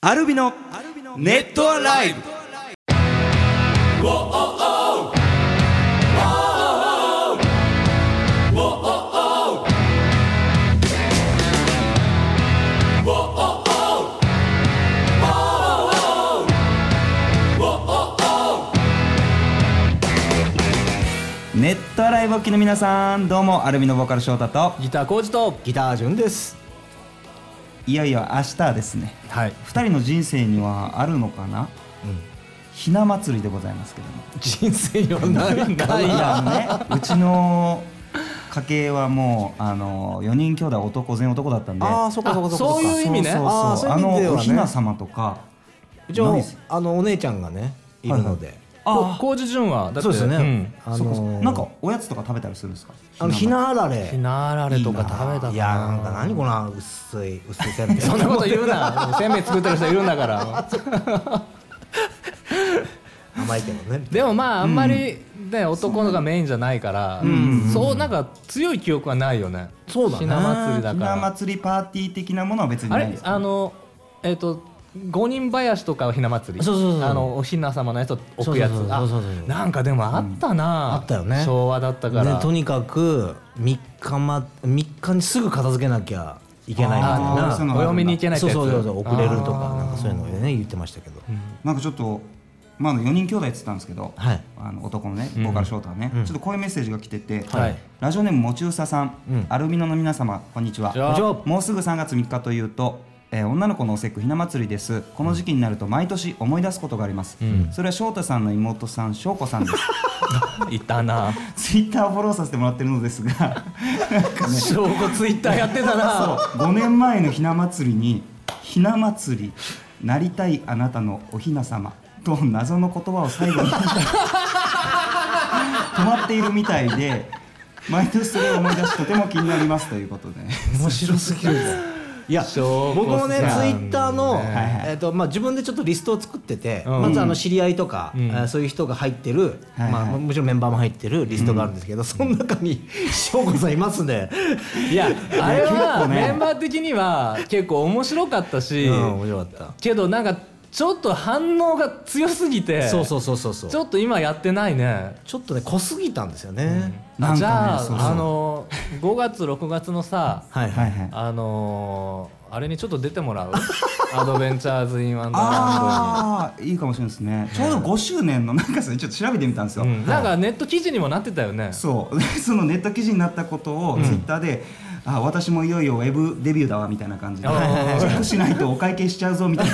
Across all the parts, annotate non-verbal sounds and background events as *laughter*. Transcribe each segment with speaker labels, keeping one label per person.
Speaker 1: アルビのネットアライブネットアライブお聞きの皆さんどうもアルビのボーカル翔太と
Speaker 2: ギター工事と
Speaker 3: ギター順です。
Speaker 1: いよいよ明日はですね
Speaker 2: はい
Speaker 1: 二人の人生にはあるのかな、ひな祭りでございますけども
Speaker 2: 人生よないんだ
Speaker 1: いや
Speaker 2: や
Speaker 1: あのねうちの家系はもうあの4人兄弟男全男だったんで
Speaker 3: ああ、そこそこそこ。
Speaker 2: あそういう意味
Speaker 1: そ
Speaker 2: ね
Speaker 1: うそう
Speaker 3: あー
Speaker 1: そう
Speaker 3: そういう
Speaker 1: あ
Speaker 3: 意味ではね
Speaker 1: のおひな様とか
Speaker 3: うち
Speaker 1: 何
Speaker 3: の
Speaker 1: です
Speaker 3: あのお姉ちゃんがねいるので、
Speaker 1: あ
Speaker 2: 工事順はだって
Speaker 3: そうですよね。
Speaker 2: ん
Speaker 3: あのー
Speaker 1: そこそこなんかおやつとか食べたりするんですか
Speaker 3: あのひなあられ。
Speaker 2: ひなあられとか食べたか
Speaker 3: いやなんか何この薄い薄いせんべい。
Speaker 2: そんなこと言うなせんべい作ってる人いるんだから
Speaker 3: 甘いけどね。
Speaker 2: でもまああんまりね男のがメインじゃないからそうなんか強い記憶はないよね
Speaker 3: そうだね
Speaker 2: ひな祭りだ
Speaker 1: ひ
Speaker 2: か
Speaker 1: な
Speaker 2: ら
Speaker 1: 祭りパーティー的なものは別に
Speaker 2: あ
Speaker 1: ないん
Speaker 2: れ
Speaker 1: ですか
Speaker 2: あのえっと五人林とかはひな祭り
Speaker 3: そうそうそう
Speaker 2: あのおひな様のやつを置くやつ
Speaker 3: そうそうそう
Speaker 2: あ
Speaker 3: そうそうそう
Speaker 2: なんかでもあったな
Speaker 3: あったよね
Speaker 2: 昭和だったから
Speaker 3: でとにかく三日ま三日にすぐ片付けなきゃいけないみたい
Speaker 1: あー
Speaker 3: な。
Speaker 1: そういうの
Speaker 2: お嫁に行けないって
Speaker 3: そう
Speaker 2: やつ
Speaker 3: そうそうそう遅れると
Speaker 2: あ
Speaker 3: か
Speaker 2: ー
Speaker 3: なんかそういうのをね言ってましたけど。
Speaker 1: なんかちょっとまあ4人兄弟って言ってたんですけど、
Speaker 3: はい
Speaker 1: あの男のねボーカル翔太はね、ちょっとこういうメッセージが来てて、
Speaker 2: はい
Speaker 1: ラジオネームもちうささん、
Speaker 3: うん
Speaker 1: アルミノの皆様こんにちは
Speaker 2: こんにちは
Speaker 1: もうすぐ3月3日というと、えー女の子のお節句ひな祭りですこの時期になると毎年思い出すことがあります、それは翔太さんの妹さん翔子さんです
Speaker 2: *laughs* いたな
Speaker 1: ツイッターをフォローさせてもらってるのですが
Speaker 2: 証拠ツイッターや *laughs* ってたな
Speaker 1: そう5年前のひな祭りに「ひな祭りなりたいあなたのおひな様」と謎の言葉を最後に *laughs* 止まっているみたいで毎年それを思い出しとても気になりますということでね
Speaker 3: 面白すぎる。いや
Speaker 2: 証拠
Speaker 3: 僕もねツイ
Speaker 2: さん
Speaker 3: ッターの、
Speaker 2: ね
Speaker 1: はい
Speaker 3: えっとまあ、自分でちょっとリストを作ってて、
Speaker 2: うん
Speaker 3: まずあの知り合いとか、
Speaker 2: ん
Speaker 3: えーそういう人が入ってる、
Speaker 1: はいはい
Speaker 3: まあ、もちろんメンバーも入ってるリストがあるんですけど、その中に翔子さんいますね。
Speaker 2: いや *laughs* あれ
Speaker 1: 結構
Speaker 2: は
Speaker 1: ね
Speaker 2: メンバー的には結構面白かったし、
Speaker 3: うん、面白かっ
Speaker 2: けどなんかちょっと反応が強すぎて
Speaker 3: た。そうそうそうそうそう。
Speaker 2: ちょっと今やってないね
Speaker 3: ちょっとね濃すぎたんですよね。
Speaker 1: なんかね
Speaker 2: じゃあ
Speaker 1: そうそう
Speaker 2: あの5月6月のさ
Speaker 3: はい
Speaker 1: は
Speaker 3: はいい。
Speaker 1: はい
Speaker 2: あのあれにちょっと出てもらう *laughs* アドベンチャーズ・イン・ワンダーラン
Speaker 1: ああいいかもしれないですねちょうど5周年のなんかそれちょっと調べてみたんです
Speaker 2: ド
Speaker 1: よ、
Speaker 2: に、うん、なんかネット記事にもなってたよね
Speaker 1: そう *laughs* そのネット記事になったことをツイッターで、あ私もいよいよウェブデビューだわみたいな感じでチ
Speaker 2: あ
Speaker 1: ェ
Speaker 2: ー
Speaker 1: ックしないとお会計しちゃうぞみたいな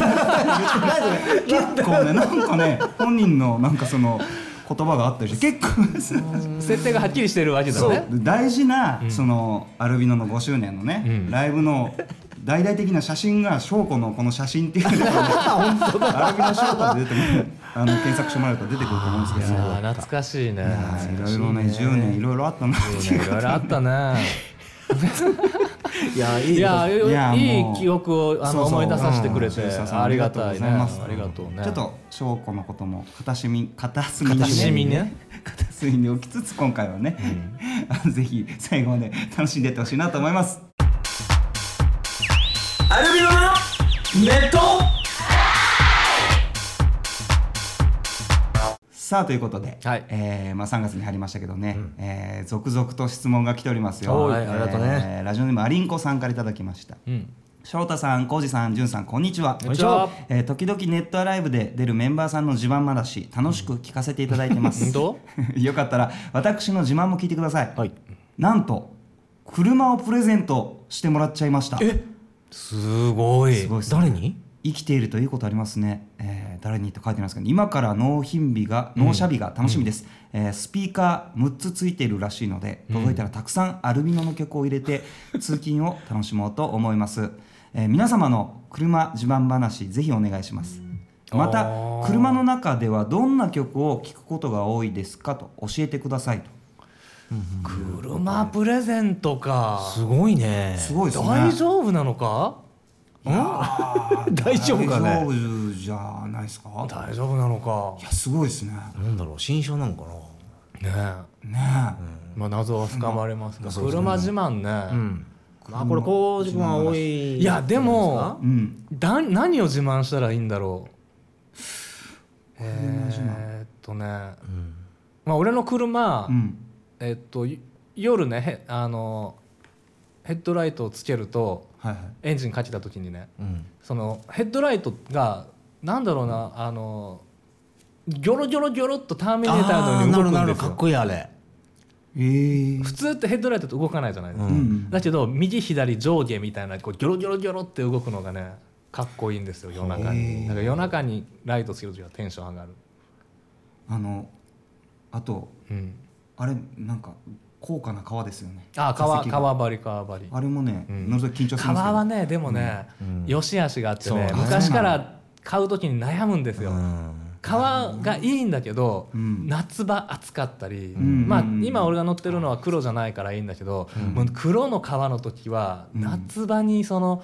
Speaker 2: *laughs*
Speaker 1: 結構ねなんかね本人のなんかその言葉があったりして結構
Speaker 2: 設定がはっきりしてるわけだ
Speaker 1: そう
Speaker 2: ね
Speaker 1: 大事な、そのアルビノの5周年のね、
Speaker 2: うん
Speaker 1: ライブの大々的な写真が翔子のこの写真っていうの
Speaker 2: *laughs*
Speaker 1: がアルビノ翔子で出てもあの検索してもらうと出てくると思うんですけ
Speaker 2: い
Speaker 1: ど、
Speaker 2: やー懐かしいね
Speaker 1: はいいろいろね10年いろいろあったなっていう
Speaker 2: いろいろあったね
Speaker 3: いやい
Speaker 2: *laughs*
Speaker 3: い
Speaker 2: いや
Speaker 3: です
Speaker 1: いやもう
Speaker 2: いい記憶をあの
Speaker 1: そうそう
Speaker 2: 思い出させてくれて、
Speaker 1: うん
Speaker 2: ありが
Speaker 1: ありがとうご
Speaker 2: たいね
Speaker 1: ざいます
Speaker 2: ありがとうね
Speaker 1: ちょっと翔子のことも片隅片隅に
Speaker 2: 片隅ね
Speaker 1: 片隅に置きつつ今回はね、あ *laughs* のぜひ最後まで楽しんでいってほしいなと思います
Speaker 2: アルビノのネット
Speaker 1: さあということで、
Speaker 2: はい
Speaker 1: えーまあ、3月に入りましたけどね、えー続々と質問が来ておりますよ、
Speaker 2: おー
Speaker 1: えー
Speaker 3: ありがとうね
Speaker 1: ラジオネームアリンコさんからいただきました
Speaker 2: うん
Speaker 1: 翔太さん、浩二さん、淳さん、こんにちは。
Speaker 2: こんにちは
Speaker 1: えー時々ネットアライブで出るメンバーさんの自慢話、楽しく聞かせていただいてます。
Speaker 2: 本
Speaker 1: *laughs* よかったら、私の自慢も聞いてください。
Speaker 3: はい
Speaker 1: なんと、車をプレゼントしてもらっちゃいました。え、
Speaker 2: すごい
Speaker 1: すごいっすね
Speaker 3: 誰に？
Speaker 1: 生きているということありますね、えー誰にと書いてますけど今から納品日が納車日が楽しみです、えースピーカー6つついているらしいので届いたらたくさんアルミノの曲を入れて通勤を楽しもうと思います、えー皆様の車自慢話ぜひお願いしますまた
Speaker 2: あー
Speaker 1: 車の中ではどんな曲を聴くことが多いですかと教えてくださいと
Speaker 2: 車プレゼントか
Speaker 3: すごいね。
Speaker 1: すごいですね
Speaker 2: 大丈夫なのか
Speaker 3: 大丈夫
Speaker 1: 大
Speaker 3: か
Speaker 1: 丈
Speaker 3: ね。
Speaker 1: 夫じゃないですか
Speaker 2: 大丈夫なの
Speaker 1: い
Speaker 2: か
Speaker 1: やすごいですね
Speaker 3: なんだろう新車なんかな。
Speaker 2: ねえ
Speaker 1: ねえ
Speaker 2: まあ謎は深まりますが、
Speaker 3: ね
Speaker 2: 車自慢ね、
Speaker 3: うん。まあこれ浩司君は多い
Speaker 2: いやでも
Speaker 1: うん
Speaker 2: だ何を自慢したらいいんだろうえー、っとね、まあ、俺の車、
Speaker 1: うん
Speaker 2: えっとい夜ねへあのヘッドライトをつけると
Speaker 1: はいはい
Speaker 2: エンジンかけた時にね
Speaker 3: うん
Speaker 2: そのヘッドライトがなんだろうなあのギョロギョロギョロっとターミネーターのように動
Speaker 3: あ
Speaker 2: く
Speaker 3: ーなんるほどなる
Speaker 2: で
Speaker 3: ほ
Speaker 2: す
Speaker 3: どかっ
Speaker 2: よ
Speaker 3: こいいあれ
Speaker 1: えー
Speaker 2: 普通ってヘッドライトって動かないじゃないですか、
Speaker 1: うん
Speaker 2: だけど右左上下みたいなこうギョロギョロギョロって動くのがねかっこいいんですよ夜中
Speaker 1: へ
Speaker 2: に
Speaker 1: ー
Speaker 2: だから夜中にライトつける時はテンション上がる、
Speaker 1: あのあと
Speaker 2: うん、
Speaker 1: あれなんか高価な革ですよね
Speaker 2: あ
Speaker 1: 座
Speaker 2: 川
Speaker 1: 席が
Speaker 2: 川張り川張り
Speaker 1: あれもね、
Speaker 2: うん
Speaker 1: 乗るとき緊張するんですけ
Speaker 2: 川
Speaker 1: ど
Speaker 2: はねでもね、
Speaker 3: うん
Speaker 2: 良し悪しがあってね
Speaker 1: そう
Speaker 2: 昔から買う時に悩むんですよ、
Speaker 3: うん
Speaker 2: 川がいいんだけど、
Speaker 1: うん
Speaker 2: 夏場暑かったり、
Speaker 1: ん
Speaker 2: まあ
Speaker 1: うん
Speaker 2: 今俺が乗ってるのは黒じゃないからいいんだけど、もう黒の川の時は
Speaker 1: うん
Speaker 2: 夏場にその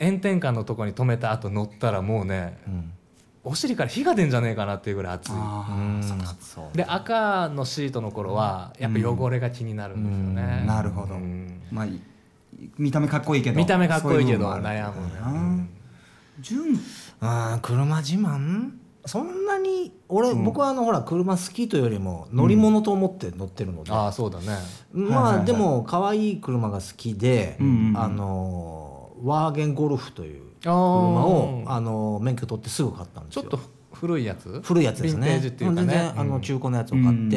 Speaker 2: 炎天下のとこに止めた後乗ったらもうね
Speaker 3: うん
Speaker 2: お尻から火が出んじゃねえかなっていうぐらい暑い。
Speaker 1: ああそっか
Speaker 3: そう
Speaker 2: で赤のシートの頃はやっぱ汚れが気になるんですよね、
Speaker 3: うん
Speaker 1: なるほど
Speaker 2: うん
Speaker 1: まあいい見た目かっこいいけど
Speaker 2: 見た目かっこいいけど
Speaker 1: そうう部分もある
Speaker 2: 悩むね
Speaker 1: な純
Speaker 3: あー車自慢そんなに俺、僕はあのほら車好きというよりも乗り物と思って乗ってるので、
Speaker 2: ああそうだね
Speaker 3: まあ、
Speaker 1: はいはいはい
Speaker 3: でも可愛い車が好きで、
Speaker 1: うんうんうん
Speaker 3: あのーワーゲンゴルフという
Speaker 2: あ
Speaker 3: 車
Speaker 2: ー
Speaker 3: をあのー免許取ってすぐ買ったんです
Speaker 2: ちょ
Speaker 3: よ
Speaker 2: っと古いやつ
Speaker 3: 古いやつですね
Speaker 2: ヴィンテージっていうか
Speaker 3: 全
Speaker 2: ね
Speaker 3: 然あの中古のやつを買って、
Speaker 1: うん
Speaker 2: うん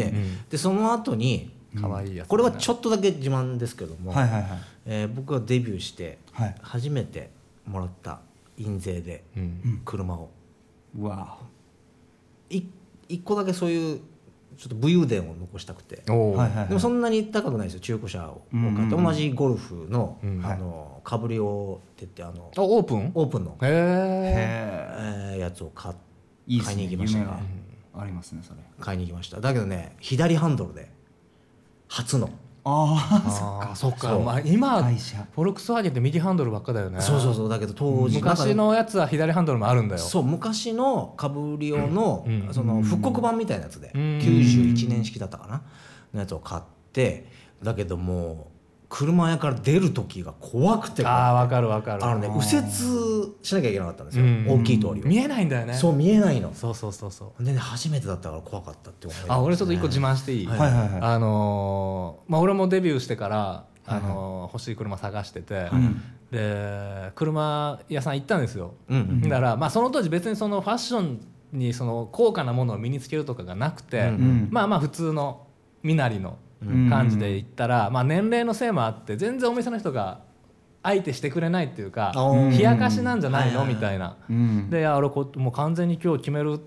Speaker 3: でその後に
Speaker 2: かわいいやつ、
Speaker 3: これはちょっとだけ自慢ですけども、
Speaker 1: はいはいはい
Speaker 3: えー僕がデビューして
Speaker 1: はい
Speaker 3: 初めてもらった印税で
Speaker 2: うん
Speaker 3: 車を。
Speaker 1: うわ
Speaker 3: い一個だけそういうちょっと武勇伝を残したくて
Speaker 2: おお、
Speaker 1: はいはい
Speaker 3: でもそんなに高くないですよ中古車を
Speaker 1: うん
Speaker 3: 買って同じゴルフの,、
Speaker 2: うん
Speaker 3: あのカブリオって言ってあの
Speaker 2: あオープン
Speaker 3: オープンの、
Speaker 2: へ
Speaker 1: へ
Speaker 2: え
Speaker 1: え
Speaker 3: えーやつを買っ
Speaker 1: いいっす
Speaker 3: 買い
Speaker 1: ね
Speaker 3: に行きました
Speaker 1: 夢
Speaker 3: ね
Speaker 1: がありますねそれ
Speaker 3: 買いに行きましただけどね左ハンドルで初の
Speaker 1: ああ
Speaker 2: そっかそっか
Speaker 3: そう
Speaker 2: まあ今
Speaker 1: 会社
Speaker 2: フォルクスワーゲンって右ハンドルばっかだよね
Speaker 3: そうそうそうだけど当時なんか
Speaker 2: 昔のやつは左ハンドルもあるんだよ
Speaker 3: そう昔のカブリオの,、
Speaker 2: うんうん
Speaker 3: その復刻版みたいなやつで、
Speaker 2: うん
Speaker 3: 91年式だったかなのやつを買ってだけどもう車屋から出る時が怖くて怖くて
Speaker 2: ああわかるわかる
Speaker 3: あのね
Speaker 1: あ
Speaker 3: 右
Speaker 1: ー
Speaker 3: 折しなきゃいけなかったんですよ、
Speaker 2: うん
Speaker 3: 大きい通りを、
Speaker 2: 見えないんだよね
Speaker 3: そう見えないの
Speaker 2: そうそうそうそう
Speaker 3: でね初めてだったから怖かったって思いますね
Speaker 2: あ俺ちょっと一個自慢していい、
Speaker 1: はいはいはい
Speaker 2: あのーまあ、俺もデビューしてから、あのー欲しい車探してて、
Speaker 1: うん
Speaker 2: で車屋さん行ったんですよ、
Speaker 3: うんうん
Speaker 2: だから、まあ、その当時別にそのファッションにその高価なものを身につけるとかがなくて、
Speaker 3: うん
Speaker 1: うん
Speaker 2: まあまあ普通の身なりの
Speaker 1: うん
Speaker 2: 感じで行ったら、まあ、年齢のせいもあって全然お店の人が相手してくれないっていうか
Speaker 3: あー
Speaker 2: 冷やかしなんじゃないの
Speaker 3: うん
Speaker 2: みたいな。
Speaker 1: うん
Speaker 2: でいや俺こもう完全に今日決める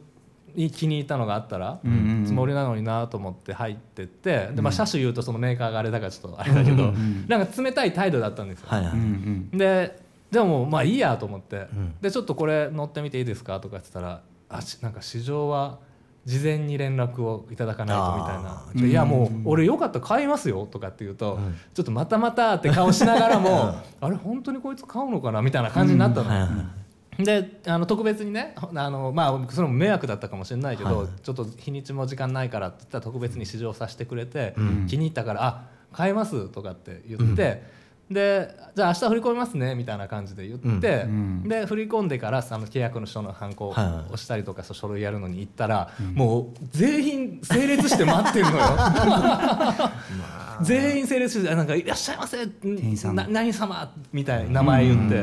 Speaker 2: 気に入ったのがあったら、
Speaker 1: うんうんうん
Speaker 2: つもりなのになと思って入ってってで、まあ、車種言うとそのメーカーがあれだからちょっとあれだけど、
Speaker 1: ん
Speaker 2: なんか冷たい態度だったんですよ。
Speaker 3: はいはい、
Speaker 1: うんうん
Speaker 2: ででももうまあいいやと思って、
Speaker 3: ん
Speaker 2: でちょっとこれ乗ってみていいですかとか言ってたらあしなんか市場は事前に連絡をいただかないとみたいな
Speaker 3: あ
Speaker 2: 「いやもう俺よかったら買いますよ」とかって言うと、ちょっとまたまたって顔しながらもあれ本当にこいつ買うのかなみたいな感じになったの。
Speaker 3: はいはい
Speaker 2: であの特別にねほあの、まあ、それも迷惑だったかもしれないけど、
Speaker 3: はい
Speaker 2: ちょっと日にちも時間ないからって言ったら特別に試乗させてくれて、気に入ったから「あ買えます」とかって言って、でじゃあ明日振り込みますねみたいな感じで言って、
Speaker 1: うんうん
Speaker 2: で振り込んでからその契約の書のハンコを
Speaker 3: はいはい
Speaker 2: 押したりとか、そう書類やるのに行ったら、もう全員整列して待ってるのよ。
Speaker 3: *laughs*
Speaker 2: 全員整列してあなんか「いらっしゃいませ」
Speaker 1: 員さん
Speaker 2: な何様みたいな名前言って。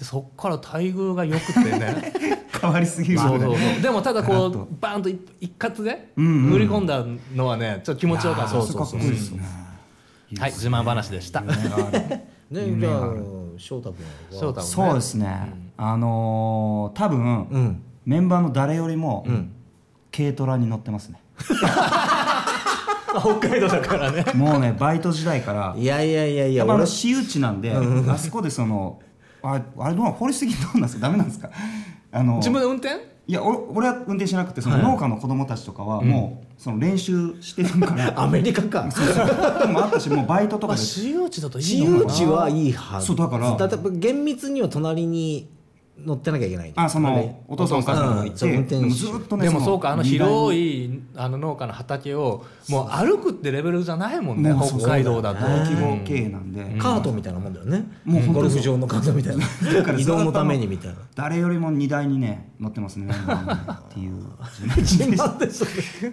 Speaker 2: でそっから待遇が良くてね
Speaker 1: 変わりすぎる
Speaker 2: そう
Speaker 1: ね
Speaker 2: そうそうでもただこ
Speaker 1: ガラッと
Speaker 2: うバーンと一一括で
Speaker 1: うんうん
Speaker 2: 振り込んだのはねちょっと気持ちよかった
Speaker 1: あそれかっこいい
Speaker 2: うん
Speaker 1: ですね
Speaker 2: はい自慢話でした
Speaker 1: 夢がある
Speaker 3: ねじゃあ翔太君は
Speaker 2: 翔太もね
Speaker 1: そうですね、あのー多分、
Speaker 3: うん
Speaker 1: メンバーの誰よりも、
Speaker 3: ん
Speaker 1: 軽トラに乗ってますね
Speaker 2: *laughs* 北海道だからね
Speaker 1: もう
Speaker 2: *laughs*
Speaker 1: ねバイト時代から
Speaker 3: いやいやいやい
Speaker 1: や
Speaker 3: や
Speaker 1: っぱあ
Speaker 3: 俺
Speaker 1: の私有地なんであそこでそのああれどうなの法律的にどうなんですかダメなんですかあの
Speaker 2: 自分で運転
Speaker 1: いやお俺は運転しなくてその農家の子供たちとかはもう、その練習してるから
Speaker 2: *laughs*
Speaker 3: アメリカか
Speaker 1: でもあったしもうバイトとか
Speaker 2: あ
Speaker 1: で
Speaker 2: 私有地だといい
Speaker 3: 私
Speaker 2: の
Speaker 3: 有
Speaker 2: かな
Speaker 3: 地はいいはず
Speaker 1: そうだから
Speaker 3: だって厳密には隣に乗ってなきゃいけないんで
Speaker 1: あそ
Speaker 3: れ
Speaker 1: のお父さんお母さんがい
Speaker 3: そう
Speaker 1: て、
Speaker 3: 運
Speaker 1: う
Speaker 3: 転手
Speaker 1: でもずっとね
Speaker 2: でもそうかあの
Speaker 1: い
Speaker 2: 広いあの農家の畑をもう歩くってレベルじゃないもんね
Speaker 1: もうそう
Speaker 2: 北海道だと
Speaker 3: そうだ
Speaker 1: 規模経営なんで、
Speaker 3: カートみたいなもんだよね、
Speaker 1: もう本
Speaker 3: ゴ
Speaker 1: 当
Speaker 3: ル
Speaker 1: に
Speaker 3: フ
Speaker 1: そう
Speaker 3: 場のカートみたいな
Speaker 1: からず
Speaker 3: 移
Speaker 1: っと
Speaker 3: 動のためにみたいな
Speaker 1: 誰よりも荷台にね乗ってますねメンバーのねっていう
Speaker 3: 自慢です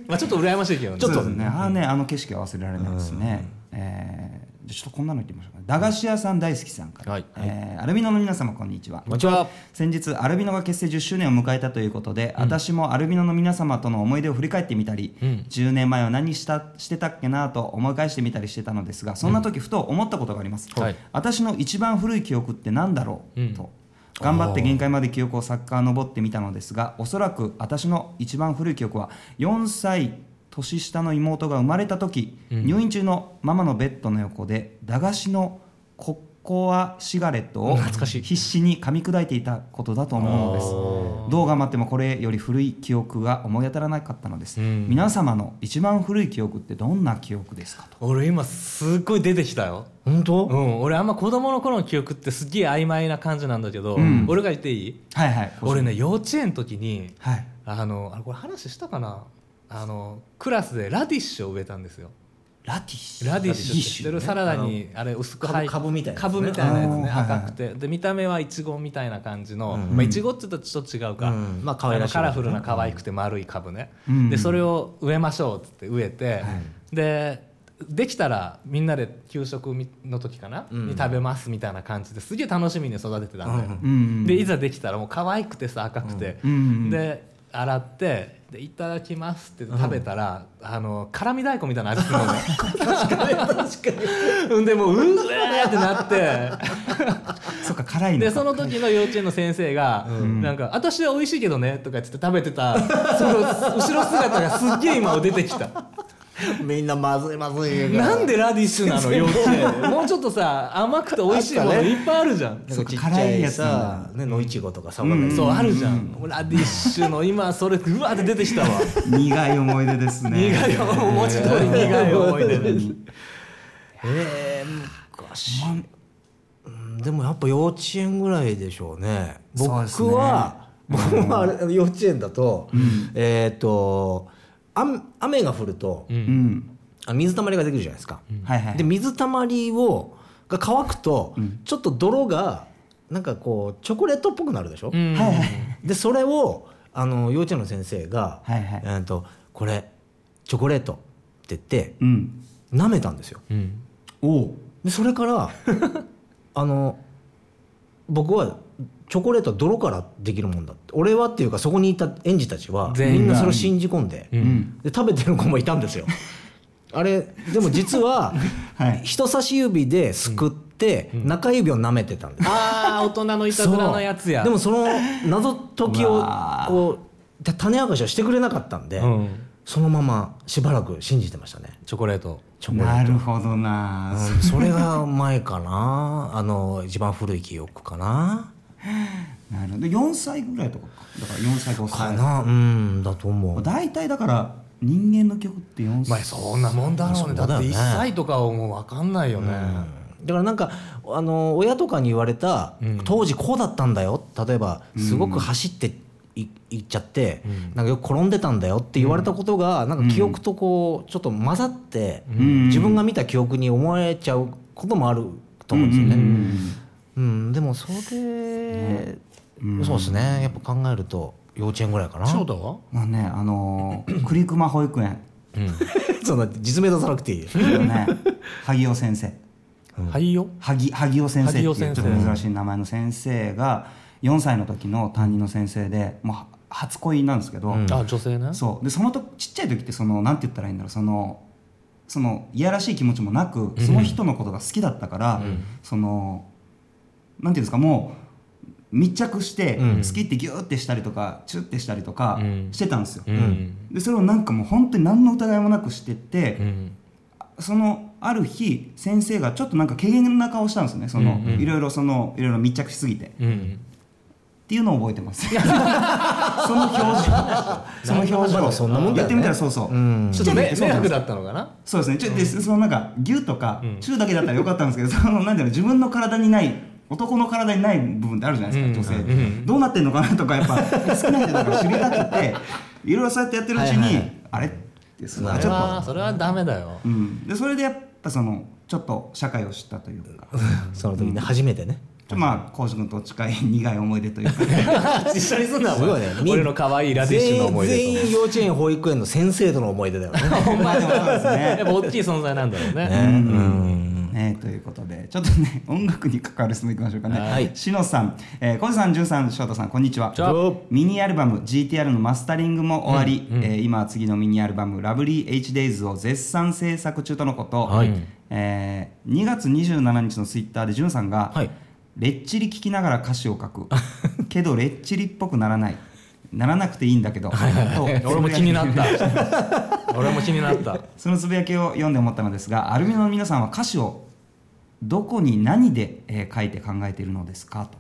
Speaker 2: まあちょっと羨ましいけどね
Speaker 3: ちょっと
Speaker 1: そうですねああねあの景色は忘れられないですね、えーじゃあちょっとこんなの言ってみましょうか駄菓子屋さん大好きさんから、
Speaker 2: はい
Speaker 1: えーアルミノの皆様こんにちは
Speaker 2: こんにちは
Speaker 1: 先日アルビノが結成10周年を迎えたということで、私もアルビノの皆様との思い出を振り返ってみたり、
Speaker 2: うん
Speaker 1: 10年前は何したしてたっけなと思い返してみたりしてたのですがそんな時ふと思ったことがあります、
Speaker 2: はい
Speaker 1: 私の一番古い記憶って何だろう、
Speaker 2: うん
Speaker 1: と頑張って限界まで記憶を遡ってみたのですがおそらく私の一番古い記憶は4歳年下の妹が生まれた時、
Speaker 2: うん
Speaker 1: 入院中のママのベッドの横で駄菓子のココアシガレットを
Speaker 2: 懐かしい
Speaker 1: 必死に噛み砕いていたことだと思うのですどう頑張ってもこれより古い記憶が思い当たらなかったのです、
Speaker 2: うん
Speaker 1: 皆様の一番古い記憶ってどんな記憶ですかと
Speaker 2: 俺今すっごい出てきたよ
Speaker 3: 本当、
Speaker 2: うん、俺あんま子供の頃の記憶ってすっげえ曖昧な感じなんだけど、
Speaker 1: うん
Speaker 2: 俺が言っていい
Speaker 1: はいはい
Speaker 2: 俺ね幼稚園の時に
Speaker 1: はい
Speaker 2: あのあれこれ話したかなあのクラスでラディッシュを植えたんですよ
Speaker 1: ラディッシュ
Speaker 2: ラディッシュって知ってるサラダ
Speaker 3: ラディッ
Speaker 2: にあれ薄く
Speaker 3: 株
Speaker 2: 入っ
Speaker 3: 株みたいなやつね
Speaker 2: 株みたいなや
Speaker 1: あ
Speaker 2: つね
Speaker 1: ーはいはい
Speaker 2: 赤くてで見た目はイチゴみたいな感じの
Speaker 3: うん
Speaker 2: まあイチゴって言ったらちょっと違うか、
Speaker 3: うんまあ可
Speaker 2: カ
Speaker 3: 愛らしい
Speaker 2: カラフルな可愛くて丸い株ね、
Speaker 1: うん
Speaker 2: でそれを植えましょうっつって植えて、
Speaker 3: い
Speaker 2: でできたらみんなで給食みの時かな、
Speaker 3: うん
Speaker 2: に食べますみたいな感じですげえ楽しみに育ててたんだよ、
Speaker 1: うん
Speaker 2: でいざできたらもう可愛くてさ赤くて、
Speaker 1: うん
Speaker 2: で洗ってで「いただきます」って食べたら、あの辛味大根みたいな味するの
Speaker 1: *laughs*
Speaker 2: ね *laughs* うんでもうううえーってなって
Speaker 1: そっか辛いの
Speaker 2: で
Speaker 1: か
Speaker 2: その時の幼稚園の先生が「なんか私は美味しいけどね」とか言って食べてたその後ろ姿がすっげえ今出てきた。
Speaker 3: みんなまずいまずい言うから
Speaker 2: なんでラディッシュなの幼稚園でもうちょっとさ甘くて美味しいもの
Speaker 3: あったね
Speaker 2: いっぱいあるじゃん、
Speaker 3: なんかちっち
Speaker 1: 辛
Speaker 3: ゃ
Speaker 1: い
Speaker 3: い
Speaker 1: やつな
Speaker 3: さ、ね、野いちごとかさ、わかんない
Speaker 2: そうあるじゃん、ラディッシュの今それうわーって出てきたわ
Speaker 1: 苦い思い出ですね
Speaker 2: 苦い思い文字通り苦い思い出
Speaker 1: 本当に
Speaker 3: えー昔うんでもやっぱ幼稚園ぐらいでしょうね僕
Speaker 1: そうですね
Speaker 3: は、僕はあれ幼稚園だと、えっ、と雨雨が降ると、
Speaker 1: うん
Speaker 3: あ水たまりができるじゃないですか、
Speaker 1: はいはい
Speaker 3: で水たまりをが乾くと、ちょっと泥がなんかこうチョコレートっぽくなるでしょ、
Speaker 2: うん
Speaker 1: はいはい
Speaker 3: でそれをあの幼稚園の先生が
Speaker 1: はいはい
Speaker 3: えーとこれチョコレート」って言って
Speaker 1: うん
Speaker 3: 舐めたんですよ
Speaker 2: うん
Speaker 1: おう
Speaker 3: でそれから
Speaker 2: *laughs*
Speaker 3: あの僕はチョコレートは泥からできるもんだって俺はっていうかそこにいた園児たちは
Speaker 2: 全員
Speaker 3: み
Speaker 2: が
Speaker 3: んなそれを信じ込んで,、
Speaker 1: ん
Speaker 3: で食べてる子もいた
Speaker 2: *laughs*
Speaker 3: んですよあれでも実は
Speaker 1: はい
Speaker 3: 人差し指ですくって中指を舐めてたんです
Speaker 2: ああ大人のいたずらのやつや
Speaker 3: そうでもその謎解き
Speaker 1: う
Speaker 3: を
Speaker 1: わー
Speaker 3: こうた種明かしをしてくれなかったんで、
Speaker 2: うん
Speaker 3: そのまましばらく信じてましたね
Speaker 2: チョコレート
Speaker 3: チョコレー
Speaker 1: なるほどな
Speaker 3: ト、うんそれが前かな *laughs* あの一番古い記憶かな
Speaker 1: なるほど4歳ぐらいとかかだから4歳か5
Speaker 3: か
Speaker 1: 歳
Speaker 3: なうんだと思う
Speaker 1: 大体だから人間の記憶って4歳、
Speaker 2: まあそんなもんだろうねだ
Speaker 3: そうだよ
Speaker 2: って
Speaker 3: ね
Speaker 2: 1歳とかはもう分かんないよね、
Speaker 3: だからなんかあの親とかに言われた、当時こうだったんだよ例えばすごく走ってい行っちゃって、なんかよく転んでたんだよって言われたことが、なんか記憶とこうちょっと混ざって、
Speaker 1: ん
Speaker 3: 自分が見た記憶に思えちゃうこともあると思うんですよね。うんでもそれ、そうですねやっぱ考えると幼稚園ぐらいかな。
Speaker 2: そうだわ
Speaker 1: まあねあのー、栗熊保育園
Speaker 3: *laughs* そんな実名出さなくてい
Speaker 2: *laughs*
Speaker 3: い。 *laughs*
Speaker 1: ね萩尾先生
Speaker 2: はいよ
Speaker 1: 萩萩尾先生っていう
Speaker 2: 萩尾先生
Speaker 1: ちょっと珍しい名前の先生が4歳の時の担任の先生でもうは初恋なんですけど、
Speaker 2: あ女性ね
Speaker 1: そうでそのとちっちゃい時ってそのなんて言ったらいいんだろうそのそのいやらしい気持ちもなくその人のことが好きだったから、そのなんていうんですかもう密着して
Speaker 3: うん
Speaker 1: 好きってギューってしたりとかチュッてしたりとか
Speaker 2: うん
Speaker 1: してたんですよ、
Speaker 2: うん
Speaker 1: でそれをなんかもう本当に何の疑いもなくしてって、
Speaker 2: うん
Speaker 1: そのある日先生がちょっとなんか軽減な顔したんですよねその、
Speaker 2: うんうん
Speaker 1: いろいろそのいろいろ密着しすぎてっ
Speaker 2: うん
Speaker 1: ていうのを覚えてます *laughs* その表情その表
Speaker 3: ま
Speaker 1: 情
Speaker 3: あそん *laughs* なもんだよね
Speaker 1: やってみたらそうそう、
Speaker 3: うん
Speaker 2: ちょっと迷迷惑だったのかな
Speaker 1: そうですねちょでそのなんか牛とか
Speaker 2: うん
Speaker 1: 中だけだったらよかったんですけど、そのなんだろう自分の体にない男の体にない部分ってあるじゃないですか、
Speaker 2: うん
Speaker 1: 女性、
Speaker 2: うん
Speaker 1: どうなってんのかなとかやっぱ好きな人とか知りたくて
Speaker 3: *laughs*
Speaker 1: いろいろそうやってやってるうちに、
Speaker 3: はいはい
Speaker 1: あれってそ
Speaker 2: そ
Speaker 1: の
Speaker 2: れ
Speaker 1: ちょっ
Speaker 2: はそれはダメだよ *laughs*
Speaker 1: と、うん、でそれでやっぱそのちょっと社会を知ったという
Speaker 3: *laughs*
Speaker 1: か。
Speaker 3: その時ね初めてね
Speaker 1: ちょまあ浩司君と近い苦い思い出というか、
Speaker 3: *laughs*
Speaker 2: 一緒にすんなお前
Speaker 3: すごいねみん
Speaker 2: 俺の可愛いラディッシュの思い出と
Speaker 3: 全員全員幼稚園保育園の先生との思い出だ
Speaker 2: *laughs*
Speaker 3: よねね
Speaker 1: まあでもそうですね
Speaker 2: やっぱ大きい存在なんだろうね
Speaker 3: うん
Speaker 1: ね、ということでちょっとね *laughs* 音楽に関わる質問いきましょうかね、
Speaker 3: はい
Speaker 1: しのさん、えー、小路さん、じゅんさん、翔太さんこんにちは
Speaker 2: こんにちは
Speaker 1: ミニアルバム GTR のマスタリングも終わり、えー今は次のミニアルバム「ラブリー HDays」を絶賛制作中とのこと、
Speaker 3: はい
Speaker 1: えー2月27日のツイッターでじゅんさんが、
Speaker 3: はい
Speaker 1: レッチリ聴きながら歌詞を書くけどレッチリっぽくならないならなくていいんだけど、と
Speaker 2: 俺も気になった俺も気になった
Speaker 1: そのつぶやきを読んで思ったのですがアルミノの皆さんは歌詞をどこに何で、えー書いて考えているのですかと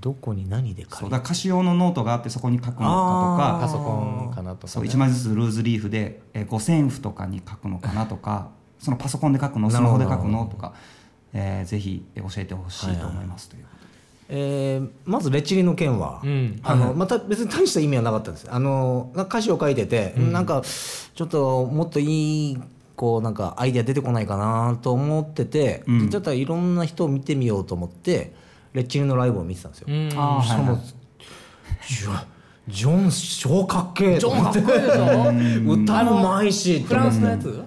Speaker 3: どこに何で書
Speaker 1: そう
Speaker 3: い
Speaker 1: だから歌詞用のノートがあってそこに書くのかと
Speaker 3: あー
Speaker 2: パソ
Speaker 1: か
Speaker 2: コンかなと
Speaker 1: そ
Speaker 2: か
Speaker 1: う
Speaker 2: ね
Speaker 1: 1枚ずつルーズリーフで、えー五線譜とかに書くのかなと
Speaker 2: *laughs*
Speaker 1: かそのパソコンで書くのスマホで書くのとか、えーぜひえー教えてほしいと思いますということで
Speaker 3: えーまずレッチリの件は、
Speaker 2: うん
Speaker 3: あのまた別に大した意味はなかったんですあのなんか歌詞を書いてて、なんかちょっともっといいこうなんかアイデア出てこないかなと思ってて、
Speaker 1: うん
Speaker 3: ちょっといろんな人を見てみようと思ってレッチリのライブを見てたんですよ。
Speaker 2: うん
Speaker 1: あー
Speaker 3: しか
Speaker 1: はい
Speaker 3: も
Speaker 1: はい
Speaker 3: ジョジョン超かっけえ
Speaker 2: ジ
Speaker 3: と
Speaker 2: ョン
Speaker 3: 思
Speaker 2: かっ
Speaker 3: っ
Speaker 2: てこいいでしょ
Speaker 3: 歌もうまいし
Speaker 2: フランスのやつ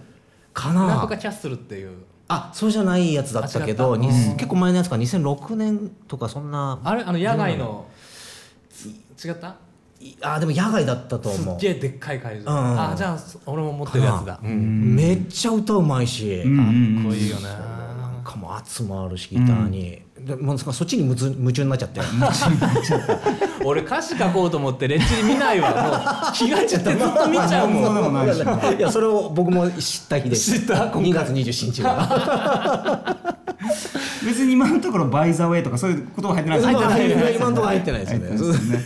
Speaker 3: か
Speaker 2: なんと
Speaker 3: な
Speaker 2: かキャッスルっていう
Speaker 3: あそうじゃないやつだったけど
Speaker 2: あ違った
Speaker 3: に結構前のやつか2006年とかそんな
Speaker 2: あれあの野外のつ違った
Speaker 3: いあでも野外だったと
Speaker 2: す
Speaker 3: 思
Speaker 2: っ
Speaker 3: う
Speaker 2: げえでっかい会場
Speaker 3: うん
Speaker 2: あじゃあ俺も持ってるやつだ
Speaker 3: か
Speaker 2: う
Speaker 3: なんめっちゃ歌うまいし、
Speaker 1: うんうん
Speaker 2: こういうよね
Speaker 3: なんかもう圧もあるしギターに、でもうそそっちにむず夢中になっちゃって
Speaker 2: 俺歌詞書こうと思ってレッチリ見ない
Speaker 1: *laughs*
Speaker 2: わもう気が散ってずっ *laughs* と見ちゃう
Speaker 1: そんな
Speaker 2: も
Speaker 1: こ
Speaker 2: ん
Speaker 1: とないし
Speaker 3: *laughs* いやそれを僕も知った日で
Speaker 2: 知った今回
Speaker 3: 2月27
Speaker 2: *laughs*
Speaker 3: 日が
Speaker 1: 別に今のところ「バイ・ザ・ウェイ」とかそういう言葉入ってない
Speaker 3: 今
Speaker 1: ですね
Speaker 3: のとこ入ってないですよね
Speaker 1: 入ってないですね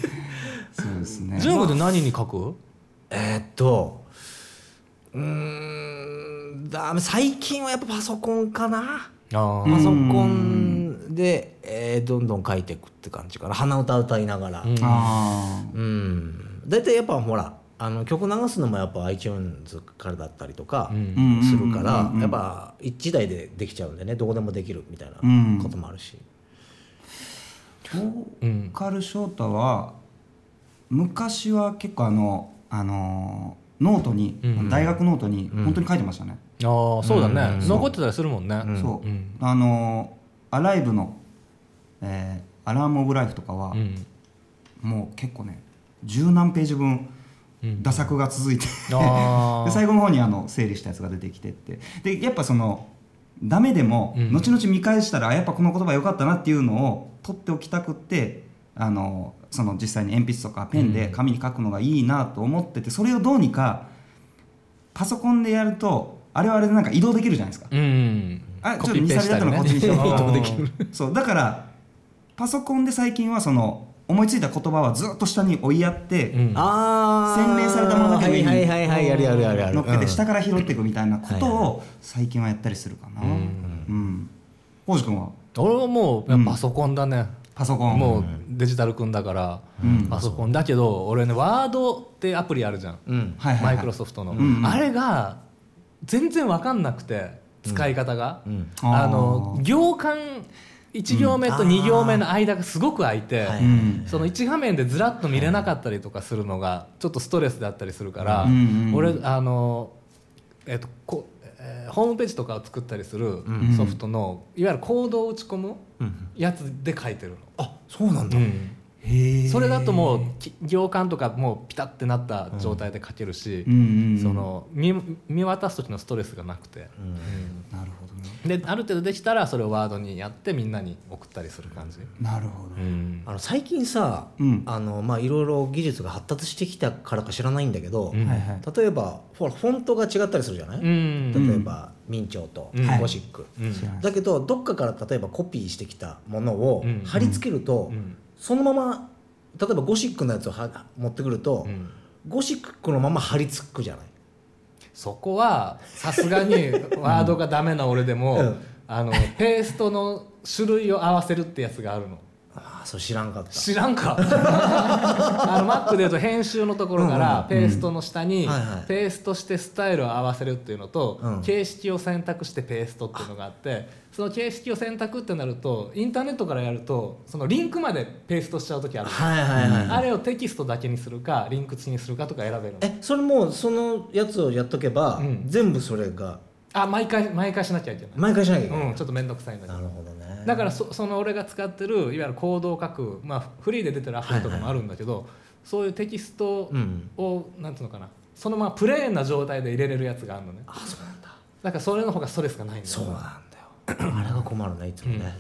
Speaker 1: *laughs* そうですね
Speaker 2: 純子って何に書く
Speaker 3: えーっとうーんだめ最近はやっぱパソコンかな
Speaker 2: あ
Speaker 3: パソコンで、えーどんどん書いていくって感じかな鼻歌歌いながら
Speaker 1: あー
Speaker 3: うん大体、やっぱほらあの曲流すのもやっぱ iTunes からだったりとか
Speaker 2: ん
Speaker 1: うんうんうんうん
Speaker 3: するから、やっぱ一台でできちゃうんでねどこでもできるみたいな
Speaker 1: うん
Speaker 3: こともあるし、
Speaker 1: ボ
Speaker 2: うん
Speaker 1: ーカル翔太は昔は結構あの、あのーノートに、
Speaker 2: うん
Speaker 1: 大学ノートに本当に書いてましたね、
Speaker 2: ああそうだね、残ってたりするもんね、
Speaker 3: ん
Speaker 1: そう、
Speaker 2: うん
Speaker 1: あのーアライブの、えーアラーム・オブ・ライフ」とかは、
Speaker 2: うん
Speaker 1: もう結構ね十何ページ分
Speaker 2: うん
Speaker 1: 打作が続いて、
Speaker 2: あ
Speaker 1: で
Speaker 2: あ
Speaker 1: 最後の方にあの整理したやつが出てきてってでやっぱそのダメでも、
Speaker 2: うん
Speaker 1: 後々見返したらあやっぱこの言葉良かったなっていうのを取っておきたくってあのその実際に鉛筆とかペンで紙に書くのがいいなと思っててそれをどうにかパソコンでやるとあれはあれでなんか移動できるじゃないですか。
Speaker 2: うん
Speaker 1: あちょっ
Speaker 2: コ
Speaker 1: と
Speaker 2: ピ
Speaker 1: 2
Speaker 2: ペ
Speaker 1: サ
Speaker 2: し
Speaker 1: ビ
Speaker 2: た
Speaker 1: だっ
Speaker 2: り
Speaker 1: たの
Speaker 2: ね
Speaker 1: こっちにしよう
Speaker 2: *laughs* 移動でき
Speaker 1: あーそうだからパソコンで最近はその思いついた言葉はずっと下に追いやって、
Speaker 2: うん
Speaker 3: あー
Speaker 1: 洗練されたものだけ
Speaker 3: は
Speaker 1: 上
Speaker 3: い
Speaker 1: に
Speaker 3: はいはいはいやるやるやるやる
Speaker 1: 乗っけ
Speaker 3: う
Speaker 1: て
Speaker 3: ん
Speaker 1: 下から拾っていくみたいなことを最近はやったりするかな。うん。浩司君は
Speaker 2: 俺はもうやっぱパソコンだね、
Speaker 1: パソコン。
Speaker 2: もうデジタル君だから、
Speaker 1: うん
Speaker 2: パソコンだけど俺ねワードってアプリあるじゃん、
Speaker 3: うん
Speaker 1: はいはいは
Speaker 2: マ
Speaker 1: い
Speaker 2: イクロソフトの、
Speaker 1: うんうん
Speaker 2: あれが全然分かんなくて使い方が、
Speaker 3: うん
Speaker 2: あの行間1行目と
Speaker 3: うん
Speaker 2: 2行目の間がすごく空いて、
Speaker 3: は
Speaker 1: う
Speaker 3: い
Speaker 1: ん。
Speaker 2: その1画面でずらっと見れなかったりとかするのがちょっとストレスだったりするから、
Speaker 1: うんうんうん
Speaker 2: 俺あの、えっとこえーホームページとかを作ったりする
Speaker 1: ん
Speaker 2: ソフトの、いわゆるコードを打ち込む
Speaker 3: うん
Speaker 2: やつで書いてるの。
Speaker 3: あそうなんだ、
Speaker 1: へえ。
Speaker 2: それだともうき行間とかもうピタってなった状態で書けるし、
Speaker 1: うんうんうん
Speaker 2: その見見渡す時のストレスがなくて、
Speaker 1: なるほどね。
Speaker 2: である程度できたらそれをワードにやってみんなに送ったりする感じ、
Speaker 1: なるほど。
Speaker 3: あの最近さ、
Speaker 1: うん
Speaker 3: あのまあいろいろ技術が発達してきたからか知らないんだけど、
Speaker 2: うん
Speaker 1: はいはい。
Speaker 3: 例えばほらフォントが違ったりするじゃない、
Speaker 2: うん
Speaker 3: 例えば明朝と
Speaker 2: うん
Speaker 3: ゴシック、
Speaker 2: うん
Speaker 1: 知らない
Speaker 3: だけどどっかから例えばコピーしてきたものを
Speaker 2: うん
Speaker 3: 貼り付けると、
Speaker 2: うん
Speaker 3: そのまま例えばゴシックのやつをは持ってくると、
Speaker 2: うん
Speaker 3: ゴシックのまま貼り付くじゃない
Speaker 2: そこはさすがにワードがダメな俺でも、
Speaker 3: うん
Speaker 2: あのペーストの種類を合わせるってやつがあるの
Speaker 3: ああそう知らんかった
Speaker 2: 知らん
Speaker 3: *laughs*
Speaker 2: かあのマックでいうと編集のところからペーストの下に
Speaker 3: はいはい
Speaker 2: ペーストしてスタイルを合わせるっていうのと
Speaker 3: うん
Speaker 2: 形式を選択してペーストっていうのがあってその形式を選択ってなるとインターネットからやるとそのリンクまでペーストしちゃう時ある
Speaker 3: はいはいはい、
Speaker 2: あれをテキストだけにするかリンク付きにするかとか選べるの
Speaker 3: えそれもうそのやつをやっとけば、
Speaker 2: うん
Speaker 3: 全部それが
Speaker 2: あ毎回毎回しなきゃいけない
Speaker 3: 毎回しなきゃいけない、
Speaker 2: うんちょっと面倒くさいんだけど
Speaker 3: なるほどね
Speaker 2: だからそその俺が使ってるいわゆるコードを書く、まあ、フリーで出てるアプリとかもあるんだけど、そういうテキスト
Speaker 3: うん
Speaker 2: を、なんていうのかなそのままプレーンな状態で入れれるやつがあるのね
Speaker 3: あそうなんだ
Speaker 2: だからそれの方がストレスがないんだよ
Speaker 3: そうなんだよ *clears throat* あれが困るねいつもね、